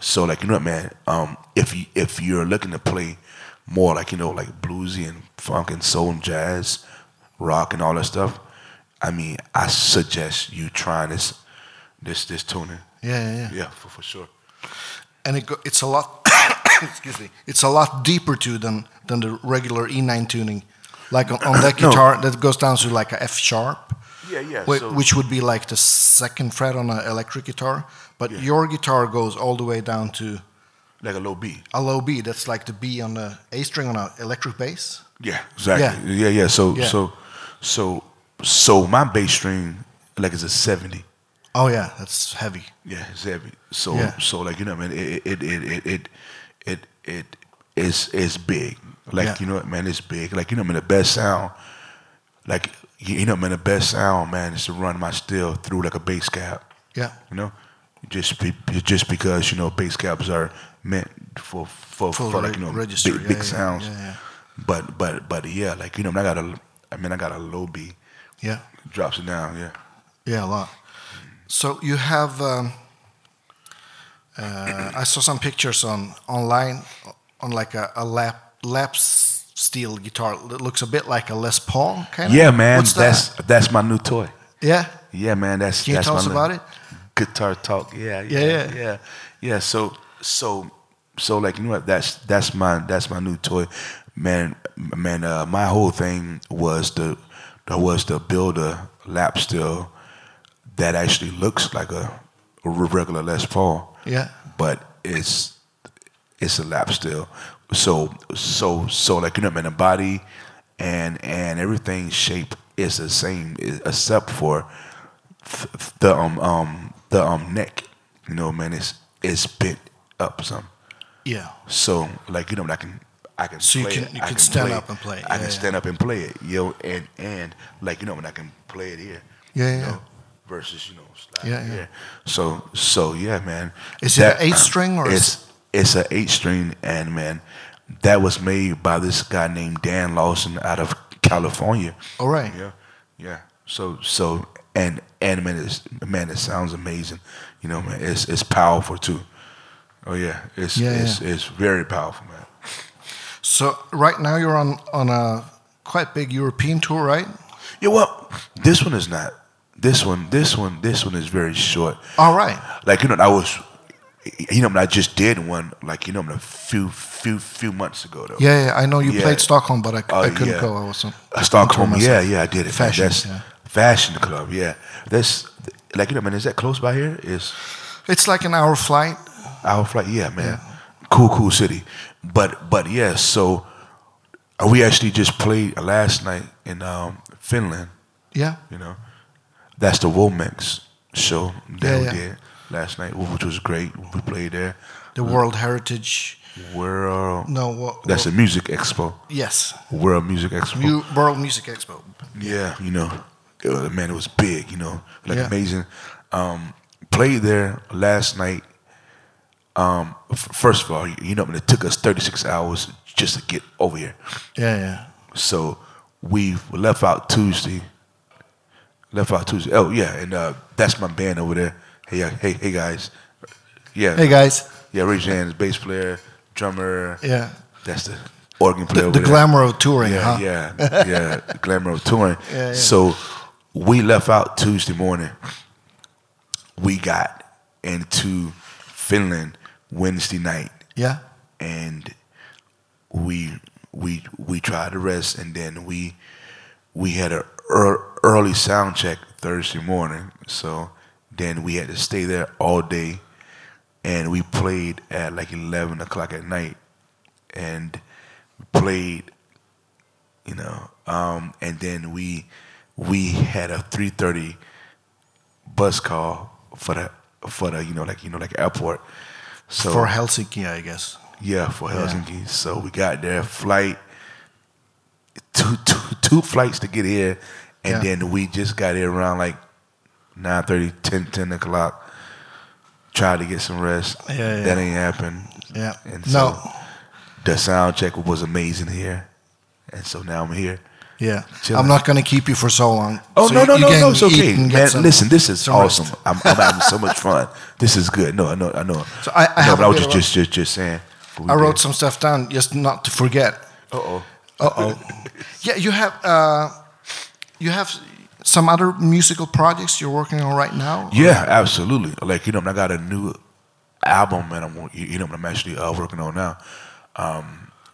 so like you know what, man. Um, if you if you're looking to play more like you know like bluesy and funk and soul and jazz, rock and all that stuff, I mean, I suggest you trying this this this tuning.
yeah, yeah, yeah.
Yeah, for, for sure.
And it go, it's a lot. excuse me. It's a lot deeper too than than the regular E9 E tuning. Like on, on that
No.
guitar, that goes down to like a F sharp,
Yeah, yeah.
whi-
so-
which would be like the second fret on an electric guitar. But
Yeah.
your guitar goes all the way down to
like a low B.
a low B. That's like the B on the A string on an electric bass.
Yeah, exactly. Yeah, yeah. So,
Yeah.
so, so, so my bass string like is a seventy.
Oh yeah, that's heavy.
Yeah, it's heavy. So,
Yeah.
so like you know, man, it it it it it it, it is is big. Like
Yeah.
you know, what, man, it's big. Like you know, man, the best sound. Like you you know, man, the best sound, man, is to run my steel through like a bass cap.
Yeah.
You know, just be, just because you know bass caps are meant for for,
For
for, like you know
register,
big,
yeah,
big
yeah,
sounds.
yeah, yeah.
But but but yeah, like you know, I got a I mean I got a low B,
Yeah.
drops it down. Yeah,
Yeah, a lot. So you have. Um, uh, I saw some pictures on online on like a, a lap lap steel guitar that looks a bit like a Les Paul kind of.
yeah, man,
What's
that's that's my new toy.
that? yeah.
Yeah, man, that's
Can you
that's
tell
my
us
little
about it?
Guitar talk. Yeah, yeah,
Yeah,
yeah,
yeah.
yeah, So so so like you know what? That's that's my that's my new toy, man. Man, uh, my whole thing was to that was to build a lap still that actually looks like a, a regular Les Paul.
Yeah.
but it's it's a lap still. So so so like you know, man, the body and and everything shape is the same i- except for th- th- the um um the um neck. You know, man, it's it's bent up some.
Yeah.
So like you know, I can I can
So you
play
can-
it,
you
I
can stand
play
up and play it.
I
Yeah,
can
yeah.
stand up and play it, yo, and and like you know, when I can play it here.
Yeah,
you
yeah.
know, versus you know, slide
Yeah, yeah.
here. So so yeah, man.
Is it
That-
an eight string or is-
it's it's an eight string and man, that was made by this guy named Dan Lawson out of California.
All right.
Yeah, yeah. So so and and man, it's, man, it sounds amazing. You know, man, it's it's powerful too. Oh yeah, it's
Yeah,
it's,
yeah.
it's very powerful, man.
So right now you're on on a quite big European tour, right?
Yeah, well, this one is not. This one, this one, this one is very short.
All right.
Like you know, I was, you know, I just did one like you know a few few few months ago though.
Yeah, yeah I know you
Yeah.
played Stockholm, but I, c-
Oh,
I couldn't
yeah.
go. I was on
I
on
Stockholm,
tour
yeah,
myself.
yeah, I did it. man.
Fashion,
That's
yeah.
fashion club, yeah. That's like you know, man. Is that close by here? Is
It's like an hour flight.
Our flight, yeah, man. Cool, cool city. But but yeah, so we actually just played last night in um, Finland.
Yeah.
You know, that's the Womex show that
Yeah,
we
yeah.
did last night, which was great. We played there.
The World Heritage.
World.
No, what?
Mm. That's Oh. the music expo.
Yes.
World Music Expo.
Mu- World Music Expo.
Yeah, you know, it was- man, it was big. You know, like
Yeah.
amazing. Um, played there last night. Um, f- first of all, you know, it took us 36 hours just to get over here.
Yeah, yeah.
So we left out Tuesday. Left out Tuesday. Oh yeah, and uh, that's my band over there. Hey, uh, hey, hey, guys. Yeah,
Hey guys.
yeah. Ray Jans, bass player, drummer.
Yeah.
That's the organ player.
The,
over
the
there.
glamour of touring,
Yeah,
huh?
yeah, yeah. Glamour of touring.
Yeah, yeah.
So we left out Tuesday morning. We got into Finland Wednesday night,
Yeah.
and we we we tried to rest, and then we we had a ear- early sound check Thursday morning. So then we had to stay there all day, and we played at like eleven o'clock at night, and played you know. Um, and then we we had a three thirty bus call for the for the you know like you know like airport. So
For Helsinki, I guess.
yeah, for Helsinki. So we got there flight two two two flights to get here,
Yeah.
and then we just got here around like 9, 10, 10 o'clock. Tried to get some rest.
Yeah, yeah.
That ain't happened.
Yeah.
And
no.
so the sound check was amazing here, and so now I'm here.
Yeah.
Chill
I'm
out.
not going to keep you for so long.
Oh
So
no
you-
no
you
no
can
no! It's
eat
okay,
and get
man.
some-
Listen, this is
some rest.
awesome. I'm, I'm having so much fun. This is good. No, I know, I know.
So I- I
know,
have
but
a
I was
bit of
just,
a-
just just just saying.
I wrote some stuff down just not to forget.
Uh oh.
Uh oh. yeah, you have uh, you have some other musical projects you're working on right now.
Yeah, absolutely. Like you know, I got a new album, and I'm you you know I'm actually uh, working on now, um,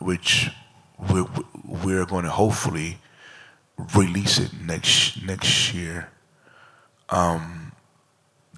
which we, we- we're going to hopefully release it next next year. Um,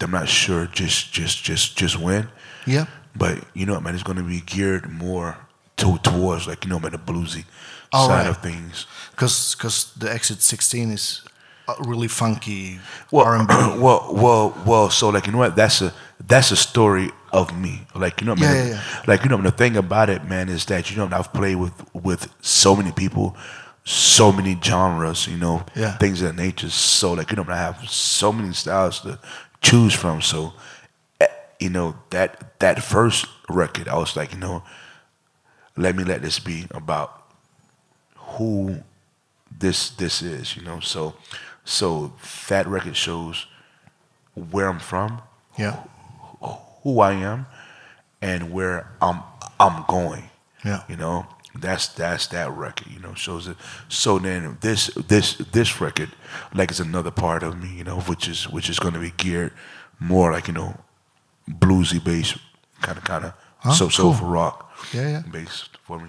I'm not sure just just just just when,
Yeah.
but you know, what, man, it's going to be geared more to towards like you know, man, the bluesy
All
side
right.
of things.
Because the Exit 16 is uh, really funky
Well,
R&B.
well, well, well. So like you know what? That's a that's a story of me. Like you know, man.
Yeah, yeah,
Like you know, the thing about it, man, is that you know I've played with with so many people, so many genres. You know,
Yeah.
things of that nature. So like you know, I have so many styles to choose from. So eh, you know that that first record, I was like, you know, let me let this be about who this this is, you know. So so that record shows where I'm from,
Yeah.
who I am, and where I'm I'm going.
Yeah.
You know, that's that's that record, you know, shows it so then this this this record like is another part of me, you know, which is which is gonna be geared more like, you know, bluesy bass kinda kinda
Huh,
so so
cool.
for rock
Yeah, yeah.
based for me.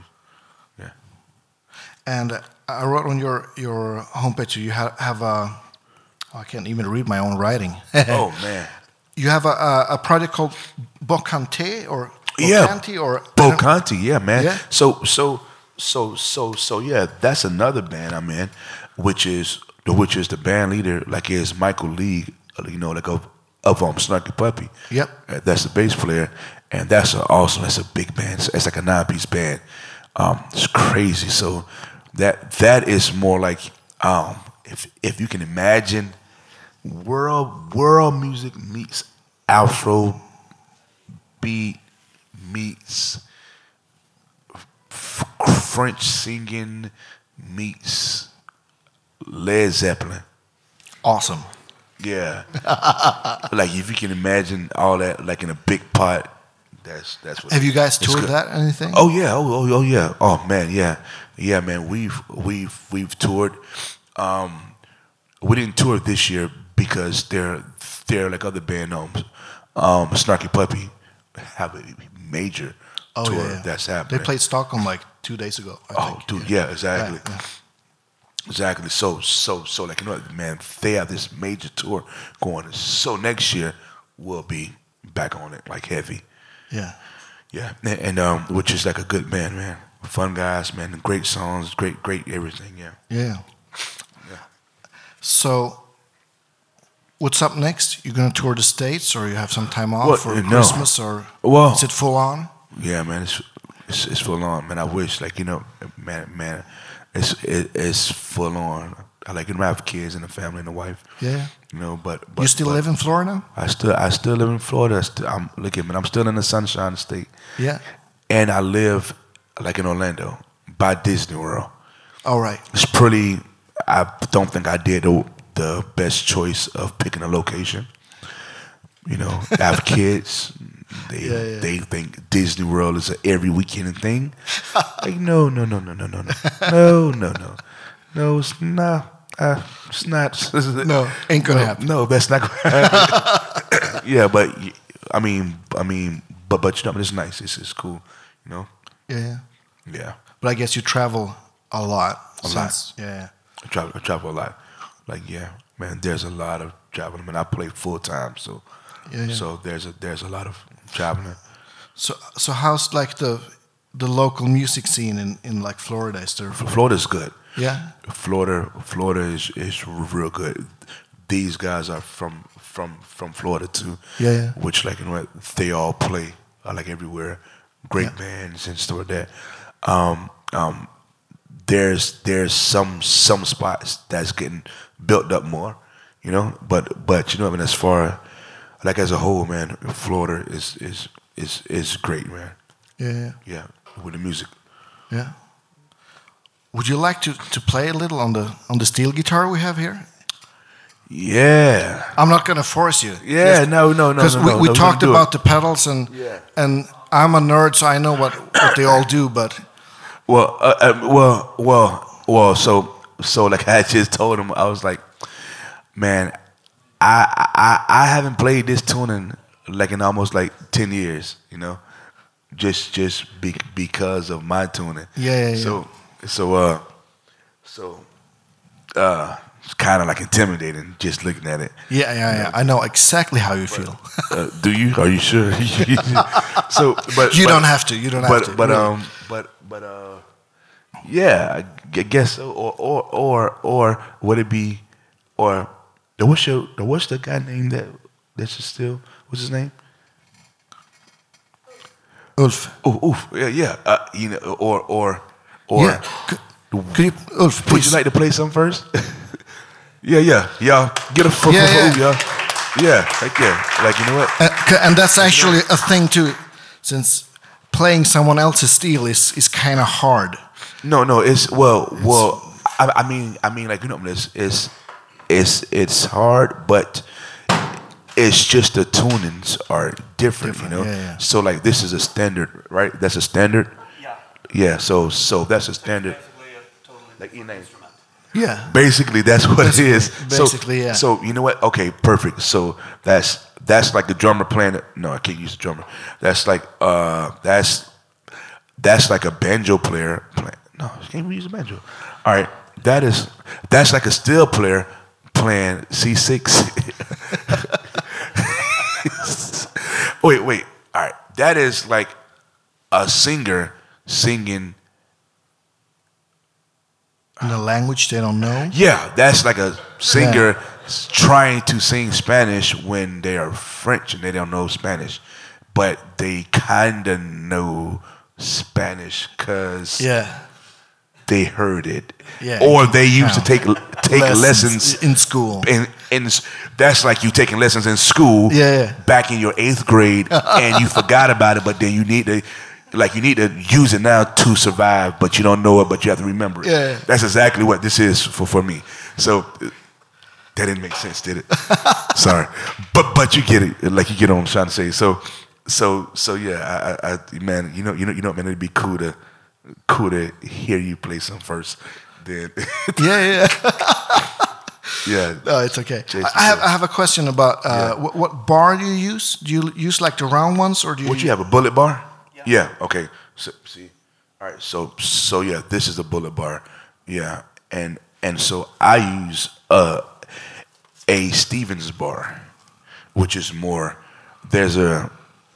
Yeah.
And uh, I wrote on your, your homepage, you ha- have a, oh, I can't even read my own writing.
Oh man.
you have a, a, a project called Bocante or
Yeah.
Bocante or
Bo Conti, yeah, man.
Yeah.
So so so so so yeah, that's another band I'm in, which is which is the band leader, like is Michael Lee, you know, like of of um Snarky Puppy.
Yep.
Uh, That's the bass player, and that's a, awesome. That's a big band. It's, it's like a nine piece band. Um, it's crazy. So that that is more like um if if you can imagine world world music meets Afro beat meets f- French singing meets Led Zeppelin.
awesome.
Yeah, like if you can imagine all that, like in a big pot. That's that's what.
Have you guys
it's
toured
good.
that? Anything?
Oh yeah, oh, oh oh yeah, oh man, yeah, yeah, man. We've we've we've toured. Um, we didn't tour this year because they're they're like other band um, um Snarky Puppy have a major
Oh,
tour
yeah, yeah.
that's happening.
They played Stockholm like two days ago. I
Oh,
think.
dude, yeah, exactly.
Yeah, yeah.
Exactly. So, so, so, like, you know, what, man, they have this major tour going. So next year, we'll be back on it, like heavy.
Yeah.
Yeah. And, and, um, which is like a good band, man. Fun guys, man. Great songs, great, great everything. Yeah.
Yeah. So, what's up next? You're going to tour the states, or you have some time off,
Well,
for
uh, no.
Christmas, or
Well-
is it full on?
Yeah, man, it's it's, it's full on, man. I wish, like you know, man, man, it's it, it's full on. I like you know, I have kids and a family and a wife.
Yeah.
you know, but, but
you still
but
live in Florida?
I still I still live in Florida. I still, I'm look at man, I'm still in the Sunshine State,
Yeah.
and I live like in Orlando by Disney World.
All right.
It's pretty. I don't think I did the, the best choice of picking a location. You know, I have kids. They
Yeah, yeah.
they think Disney World is a every weekend thing. Like no no no no no no no no no no no it's not uh, it's not
No, ain't gonna
No,
happen.
No, that's not gonna happen. yeah, but y- I mean I mean but but you know it's nice it's it's cool you know
Yeah. yeah.
yeah.
But I guess you travel a lot.
A lot.
since- Yeah.
I travel, I travel a lot. Like yeah, man, there's a lot of traveling. I mean, I play full time, so
Yeah, yeah.
so there's a there's a lot of traveling.
So, so how's like the the local music scene in, in like Florida? Is there?
F- Florida's good.
Yeah.
Florida, Florida is is real good. These guys are from from from Florida too.
Yeah, yeah.
Which like you know what, they all play uh, like everywhere. Great
Yeah.
bands and stuff like that. Um, um, there's there's some some spots that's getting built up more, you know. But but you know what I mean. As far like as a whole, man, Florida is is is is great, man.
Yeah. Yeah.
Yeah, with the music.
Yeah. Would you like to, to play a little on the on the steel guitar we have here?
Yeah.
I'm not gonna force you.
Yeah, no, no, no.
because
no,
we,
no,
we
no, we
talked
do it.
about the pedals and
Yeah.
and I'm a nerd, so I know what, what they all do. But
Well, uh, uh, well, well, well. So, so like I just told him, I was like, man, I, I, I haven't played this tune in like in almost like ten years, you know, just, just be, because of my tuning.
Yeah, yeah, yeah.
So, so, uh, So uh, it's kind of like intimidating just looking at it.
Yeah, yeah, yeah. I know exactly how you feel.
Uh, do you? Are you sure? so, but
You
but-
don't have to. You don't have
but,
to.
But
Really.
um, but but uh, yeah, I gu- guess so. Or or or or would it be, or the what's your the what's the guy name that that's just still what's his name?
Ulf.
Oof, oof yeah, yeah. Uh, you know, or or or.
yeah. Could, could you, Ulf,
Would
please?
you like to play some first? yeah, yeah, y'all. Get a for
Yeah,
for-
yeah.
for- y'all. Yeah, like yeah, like you know what?
Uh, c- and that's actually a thing too, since playing someone else's steel is, is kind of hard.
No, no, it's well, well. I, I mean, I mean, like you know, it's it's it's it's hard, but it's just the tunings are different,
Different,
you know.
yeah, yeah.
So like this is a standard, right? That's a standard.
Yeah.
Yeah. So so that's a standard.
Basically a totally
Like E9.
different instrument.
Yeah.
Basically, that's what it is. So-
basically, yeah.
So you know what? Okay, perfect. So that's that's like the drummer playing. it- No, I can't use the drummer. That's like uh, that's that's like a banjo player playing. No, can't we use a banjo? All right, that is that's like a steel player playing C six. wait, wait. All right, that is like a singer singing.
In a language they don't know.
Yeah, that's like a singer s trying to sing Spanish when they are French and they don't know Spanish, but they kind of know Spanish because
Yeah.
they heard it,
Yeah,
or
it
they used to
count.
take take lessons.
in school.
in, in s- that's like you taking lessons in school
Yeah, yeah.
back in your eighth grade and you forgot about it but then you need to like you need to use it now to survive but you don't know it but you have to remember it
Yeah, yeah.
that's exactly what this is for, for me so uh, that didn't make sense did it sorry but but you get it like you get what i'm trying to say so so so yeah i, I, I man you know you know you know man it'd be cool to cool to hear you play some first then
yeah, yeah.
yeah
No, Oh, it's okay. I,
Jason
I have
said-
I have a question about uh, wh- what bar do you use? Do you use like the round ones or do you?
What you have a bullet bar?
Yeah.
Okay. So see. All right. So so yeah, this is a bullet bar. Yeah. And and so I use uh a Stevens bar, which is more. There's a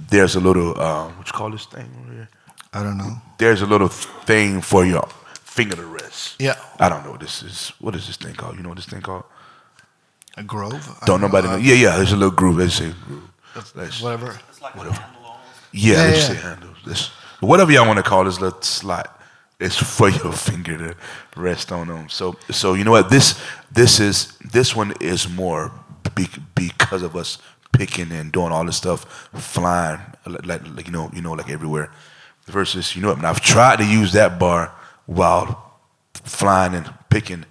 there's a little uh, what you call this thing? over here?
I don't know.
There's a little thing for your finger to rest.
Yeah.
I don't know. what This is what is this thing called? You know what this thing called?
A grove. I Uh,
Don't nobody know. Yeah, yeah. There's a little groove. Let's say groove. Let's-
Whatever.
It's like
What
a
if-
handle almost.
Yeah,
Yeah,
let's
yeah.
say handle this. Whatever y'all want to call this little slot, it's for your finger to rest on them. So, so you know what? This, this is this one is more be, because of us picking and doing all this stuff, flying like, like, like, you know, you know, like everywhere. Versus, you know what? And I've tried to use that bar while flying and picking,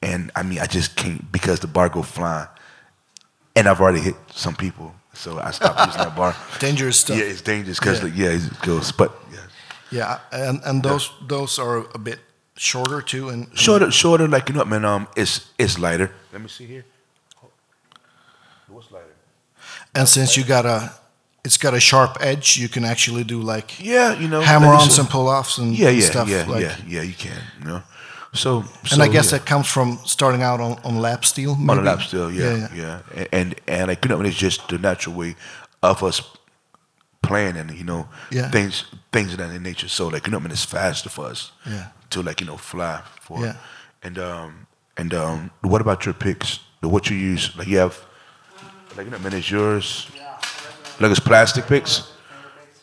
and I mean, I just can't because the bar go flying, and I've already hit some people, so I stopped using that bar.
Dangerous stuff.
Yeah, it's dangerous because
Yeah.
yeah. Like, yeah, it goes. But yeah.
Yeah, and and those those are a bit shorter too. And and-
shorter, shorter, like you know, man. Um, it's it's lighter. Let me see here. What's lighter?
and since you got a, it's got a sharp edge. You can actually do like
Yeah, you know,
hammer-ons
let me
and pull-offs and
see. yeah, yeah,
stuff.
yeah,
like,
yeah, yeah. You can, you know. So,
And I
so,
guess
yeah.
that comes from starting out on, on lap steel. Maybe?
on the lap still, yeah, yeah, And, and and like you know, it's just the natural way of us playing and you know
Yeah.
things things of that nature. So like you know, I mean, it's faster for us
Yeah.
to like you know fly for.
Yeah.
And um and um, what about your picks? The What you use? Like you have like you know, I mean, it's yours.
Yeah. so
Like it's plastic picks.
finger picks.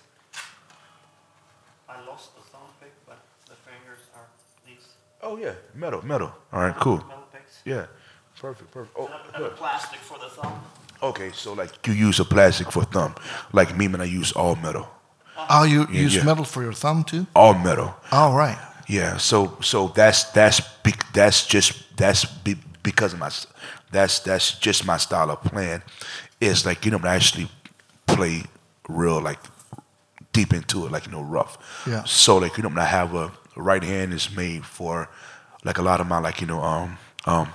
I lost the thumb pick, but the fingers are these
Oh yeah, metal, metal. All right, cool.
metal picks.
Yeah, perfect, perfect.
And
Oh,
a- and a
good.
plastic for the thumb.
Okay, so like you use a plastic for thumb. Like me, man, I use all metal.
Oh, you
Yeah,
use
yeah.
metal for your thumb too?
All metal.
All right.
Yeah, so so that's that's be, that's just that's be, because of my s- that's that's just my style of playing. It's like you know when I actually play real like deep into it, like you know rough.
Yeah.
So like you know when I have a right hand is made for like a lot of my like you know um um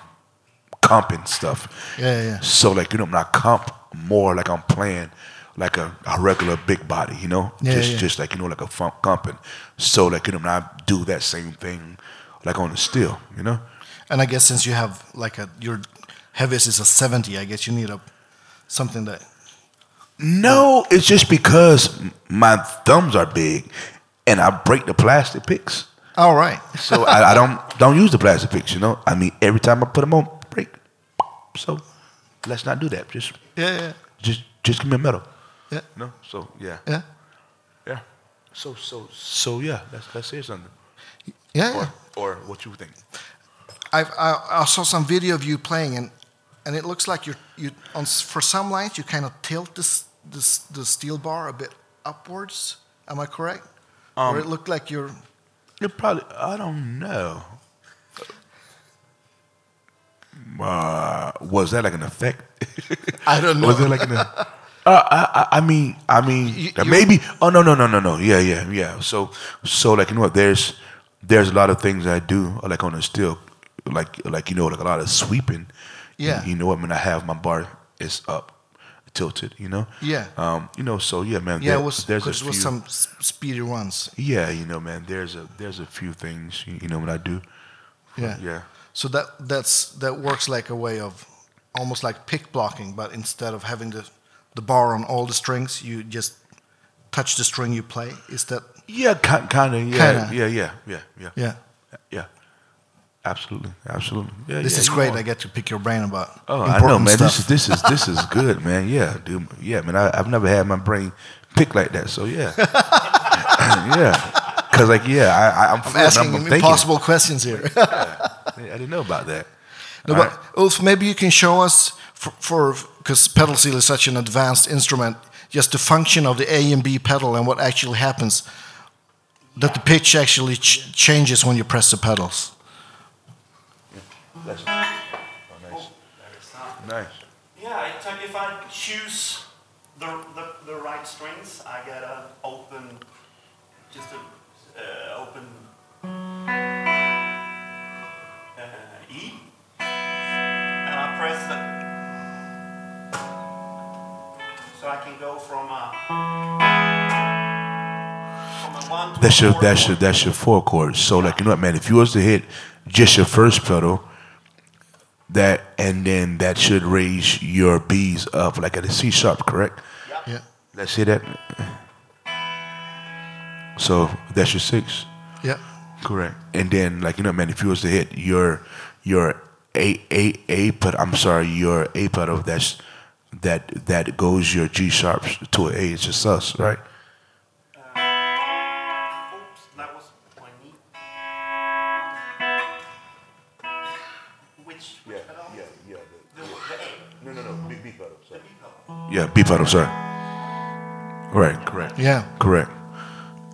comp and stuff.
Yeah, yeah.
So like you know when I comp more like I'm playing like a, a regular big body, you know
Yeah,
just
yeah.
just like you know like a funk comping. So like you know, when I do that same thing, like on the steel, you know?
And I guess since you have like a your heaviest is a 70, I guess you need a something that
No, it's just because my thumbs are big and I break the plastic picks.
all right.
So I, I don't don't use the plastic picks, you know? I mean, every time I put them on, break. So let's not do that. Just
Yeah, yeah,
just just give me a medal.
yeah,
You know? So yeah.
yeah,
Yeah. So so so yeah, let's let's say something.
yeah. yeah.
Or or what you think.
I've, I, I saw some video of you playing, and and it looks like you you on s- for some lines you kind of tilt this this the steel bar a bit upwards. Am I correct?
Um,
or it looked like you're
It probably. I don't know. Uh, was that like an effect?
I don't
was it like an? Uh, I, I I mean I mean
You-
uh,
you-
maybe. Oh no no no no no. Yeah yeah yeah. So so like you know what? There's there's a lot of things I do uh, like on the still like like you know like a lot of sweeping.
Yeah.
You, know what I mean? I have my bar is up, tilted. You know.
Yeah.
Um. You know. So yeah,
yeah,
man. there-
it was
there's a
because it was
few-
some s- speedy ones.
Yeah, you know, man. There's a there's a few things you, you know what I do.
Yeah.
Yeah.
So that that's that works like a way of almost like pick blocking, but instead of having the the bar on all the strings, you just touch the string you play. Is that
Yeah, kind kind of. Yeah,
Kinda.
yeah, yeah, yeah, yeah,
yeah?
yeah. Absolutely, absolutely. Yeah,
This
yeah,
is
you
great.
want-
I get to pick your brain about
Oh, I
important
know, man.
stuff.
This is this is this is good, man. Yeah, dude. Yeah, man. I, I've never had my brain picked like that, so yeah, yeah. Cause like, yeah, I, I, I'm,
I'm
feeling,
asking
I'm
him
thinking.
impossible questions here.
I didn't know about that.
No,
All
but Ulf, maybe you can show us for because pedal steel is such an advanced instrument, just the function of the A and B pedal and what actually happens. That the pitch actually ch- changes when you press the pedals.
That's- oh, nice,
There it's not.
nice.
Yeah, it's like if I choose the, the, the right strings, I get an open, just a uh, open uh, E, and I press the. So I can go from a. From a one to
That's
a
your
four
that's
chord.
your that's your four chord. So like you know what man, if you was to hit just your first pedal, that and then that should raise your B's up like at a C sharp, correct?
Yeah,
Let's hit that. So that's your six,
yeah,
correct? And then like you know what man, if you was to hit your your A A A put I'm sorry your A pedal that's that that goes your G sharp to an A. It's just sus, right?
Oops, that was my knee. Which, which pedal?
yeah.
The, the A,
No, no, no. B, B pedal.
the B pedal.
Yeah, B pedal, sorry. Right, correct.
yeah,
Correct.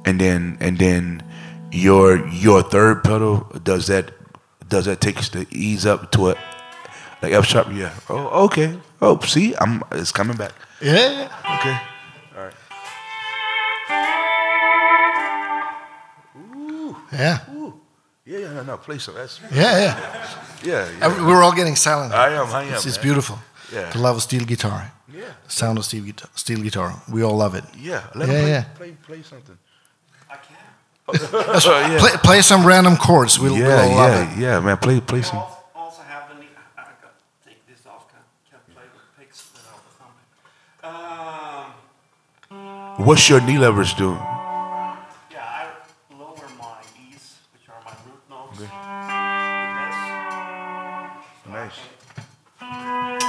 And then and then your your third pedal does that does that take the ease up to a like F sharp? Yeah. Oh okay. Oh see, I'm it's coming back.
yeah.
Okay.
Yeah,
Yeah, yeah, no, no, play some. That's
yeah, yeah.
yeah, yeah.
Every- We're all getting silent.
I am, I am.
It's, it's
man.
beautiful.
Yeah.
The love of steel guitar.
Yeah.
Sound of steel guitar. Steel guitar. We all love it.
Yeah, let
Yeah,
me play,
yeah.
play play something.
I can.
Oh, yeah.
Play, play some random chords. We'll,
yeah,
we'll all love it.
yeah, yeah, man. Play play
I
some.
also, also have the knee. I, I got to take this off. Can't, can't play with picks without the thumb. Um,
What's your knee leverage doing?
yeah, I lower my E's, which are my root notes.
Okay.
With this. So I
Nice.
can-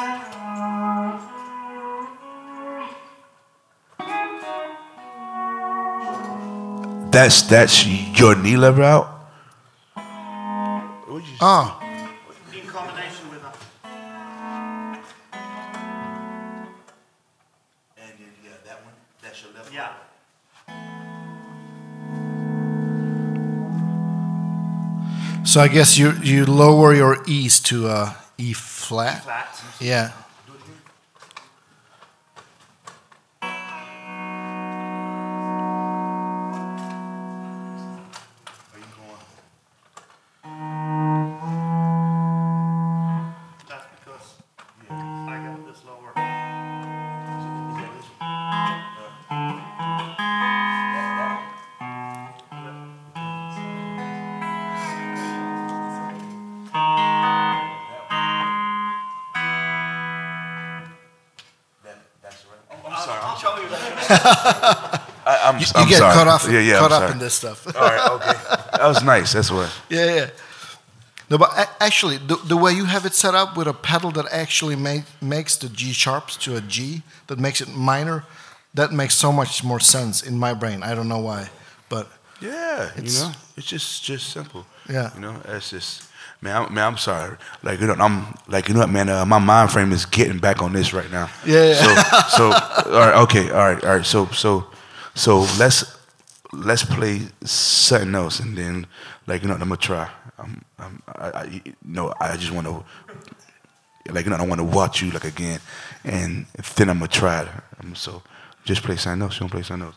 That's that's your knee lever out.
Oh.
In combination with a.
And then yeah, that one. That's your lever.
Yeah.
So I guess you you lower your E's to uh, E flat.
Flat.
Yeah.
That's because I got this lower.
I, am
You, you get
sorry.
caught, off,
Yeah, yeah.
caught
I'm
up
sorry.
in this stuff.
All right. Okay. That was nice. That's what.
yeah, yeah. No, but a- actually, the, the way you have it set up with a pedal that actually make, makes the G sharps to a G, that makes it minor, that makes so much more sense in my brain. I don't know why, but
Yeah,
It's-
you know, it's just just simple.
Yeah.
you know, it's just man. I'm, man, I'm sorry. Like you know, I'm like you know what, man. Uh, my mind frame is getting back on this right now.
Yeah,
So, so all right, okay, all right, all right. So, so, so let's let's play something else, and then like you know, I'm gonna try. I'm, I'm, I, I, no, I just want to like you know, I want to watch you like again, and then I'm gonna try it. Um so just play something else. You don't play something else.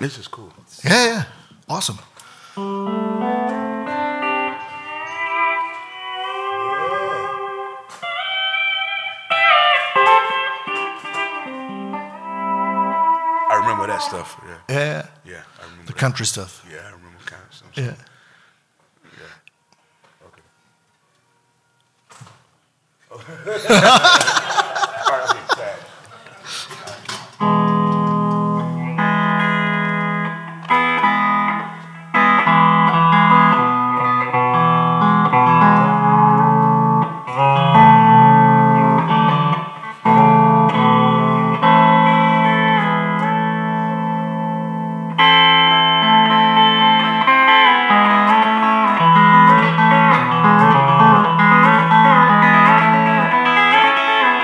This is cool.
yeah, yeah. Awesome.
I remember that stuff. Yeah.
Yeah,
Yeah, I remember.
the
that.
country stuff.
Yeah, I remember kind of stuff.
Yeah.
Okay. All right, okay, sad.
Thank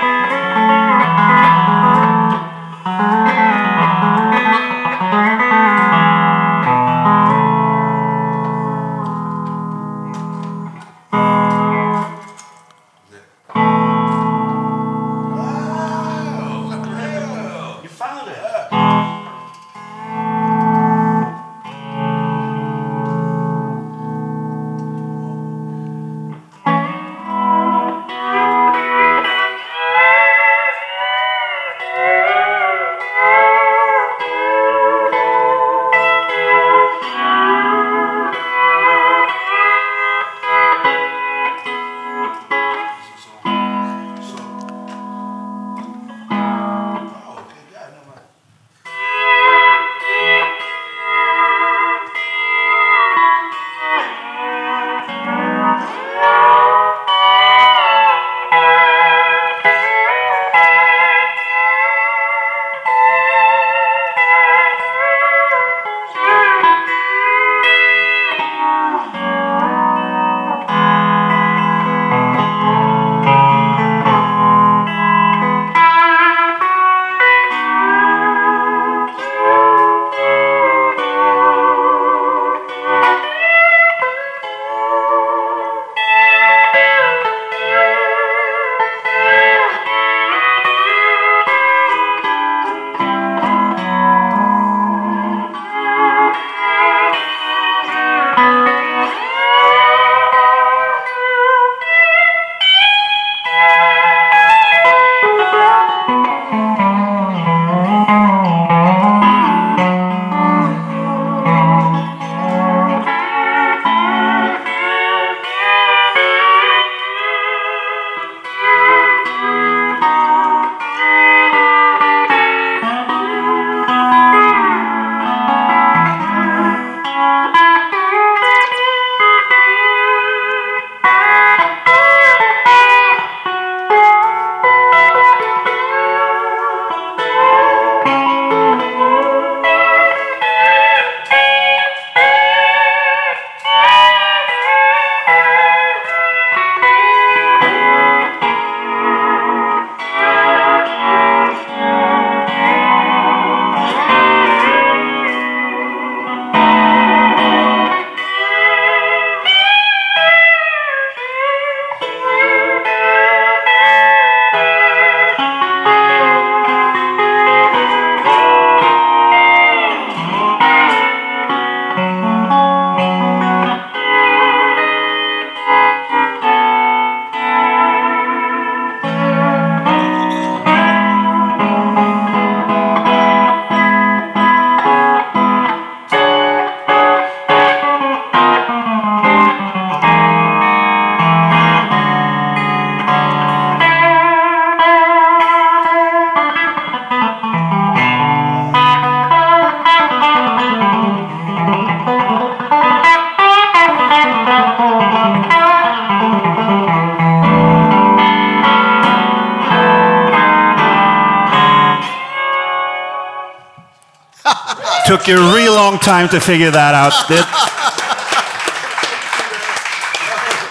took you a real long time to figure that out. Did?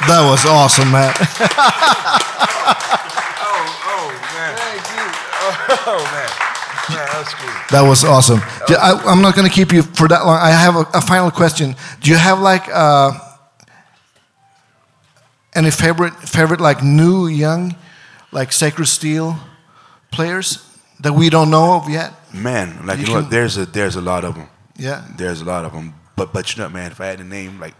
That was awesome, man.
Oh man! Thank you. Oh man, man, that's cool.
That was awesome. Yeah, I, am not going to keep you for that long. I have a, a final question. Do you have like uh, any favorite favorite like new young, like Sacred Steel players that we don't know of yet?
Man, like
You
you,
can-
know, what? there's a there's a lot of them.
Yeah.
There's a lot of them. But but you know, what, man, if I had to name like,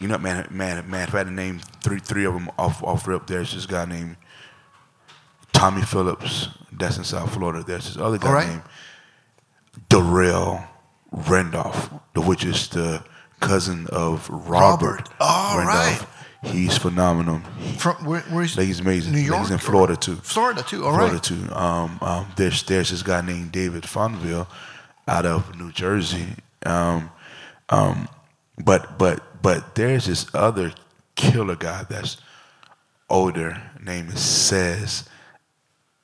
you know, what, man, man, man, if I had to name three three of them off off rip, there's this guy named Tommy Phillips. That's in South Florida. There's this other guy
All right.
named Darrell Randolph, the which is the cousin of Robert,
All
Randolph. He's phenomenal.
From where, where is
Like he's amazing.
New
Like,
York
he's in
or-
Florida too.
Florida too. All right.
Florida too. Um, um, there's there's this guy named David Fonville out of New Jersey. Um, um, but but but there's this other killer guy that's older. Name is Says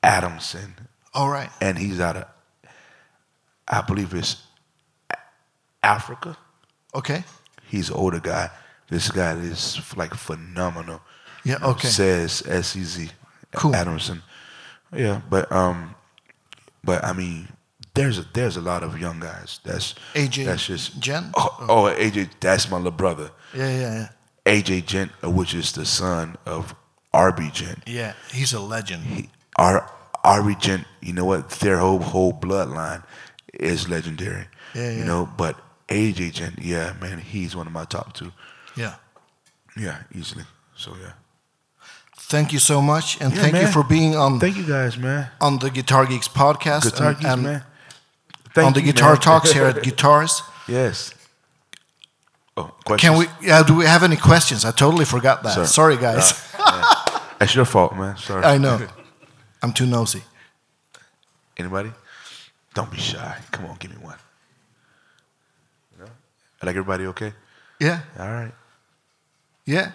Adamson,
All right.
and he's out of I believe it's A- Africa.
Okay.
He's an older guy. This guy is like phenomenal. Um,
Yeah. Okay.
Says S E Z.
Cool.
Adamson. Yeah, but um, but I mean, there's a there's a lot of young guys. That's
AJ
That's just
Gent?
Oh, oh, AJ, that's my little brother,
Yeah. Yeah. Yeah.
AJ Gent, uh, which is the son of RB Gent.
Yeah. He's a legend.
Our RB Gent, you know what? Their whole whole bloodline is legendary.
Yeah, yeah.
You know, but AJ Gent, yeah, man, he's one of my top two.
Yeah.
Yeah, easily. So yeah.
Thank you so much, and
Yeah,
thank you
man.
for being um, on
Thank you guys, man.
on the Guitar Geeks podcast
Guitar
and,
Geeks,
and
man. Thank
on the
you,
Guitar
man.
Talks here at Guitars.
Yes. Oh, questions?
Can we? Yeah, do we have any questions? I totally forgot that.
Sir.
Sorry, guys.
That's your fault, man. Sorry.
I know. I'm too nosy.
Anybody? Don't be shy. Come on, give me one. No? Like everybody okay?
Yeah,
All right.
yeah.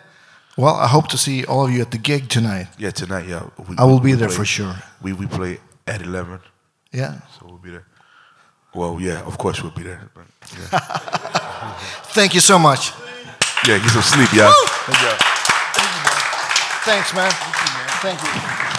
Well, I hope to see all of you at the gig tonight.
Yeah, tonight, yeah. We,
I will be
we
there
play-
for sure.
We we play at eleven,
Yeah.
so we'll be there. Well, yeah, of course we'll be there. but, Yeah,
Thank you so much.
yeah get some sleep, y'all. Thank y'all.
Thanks, man. Thank you.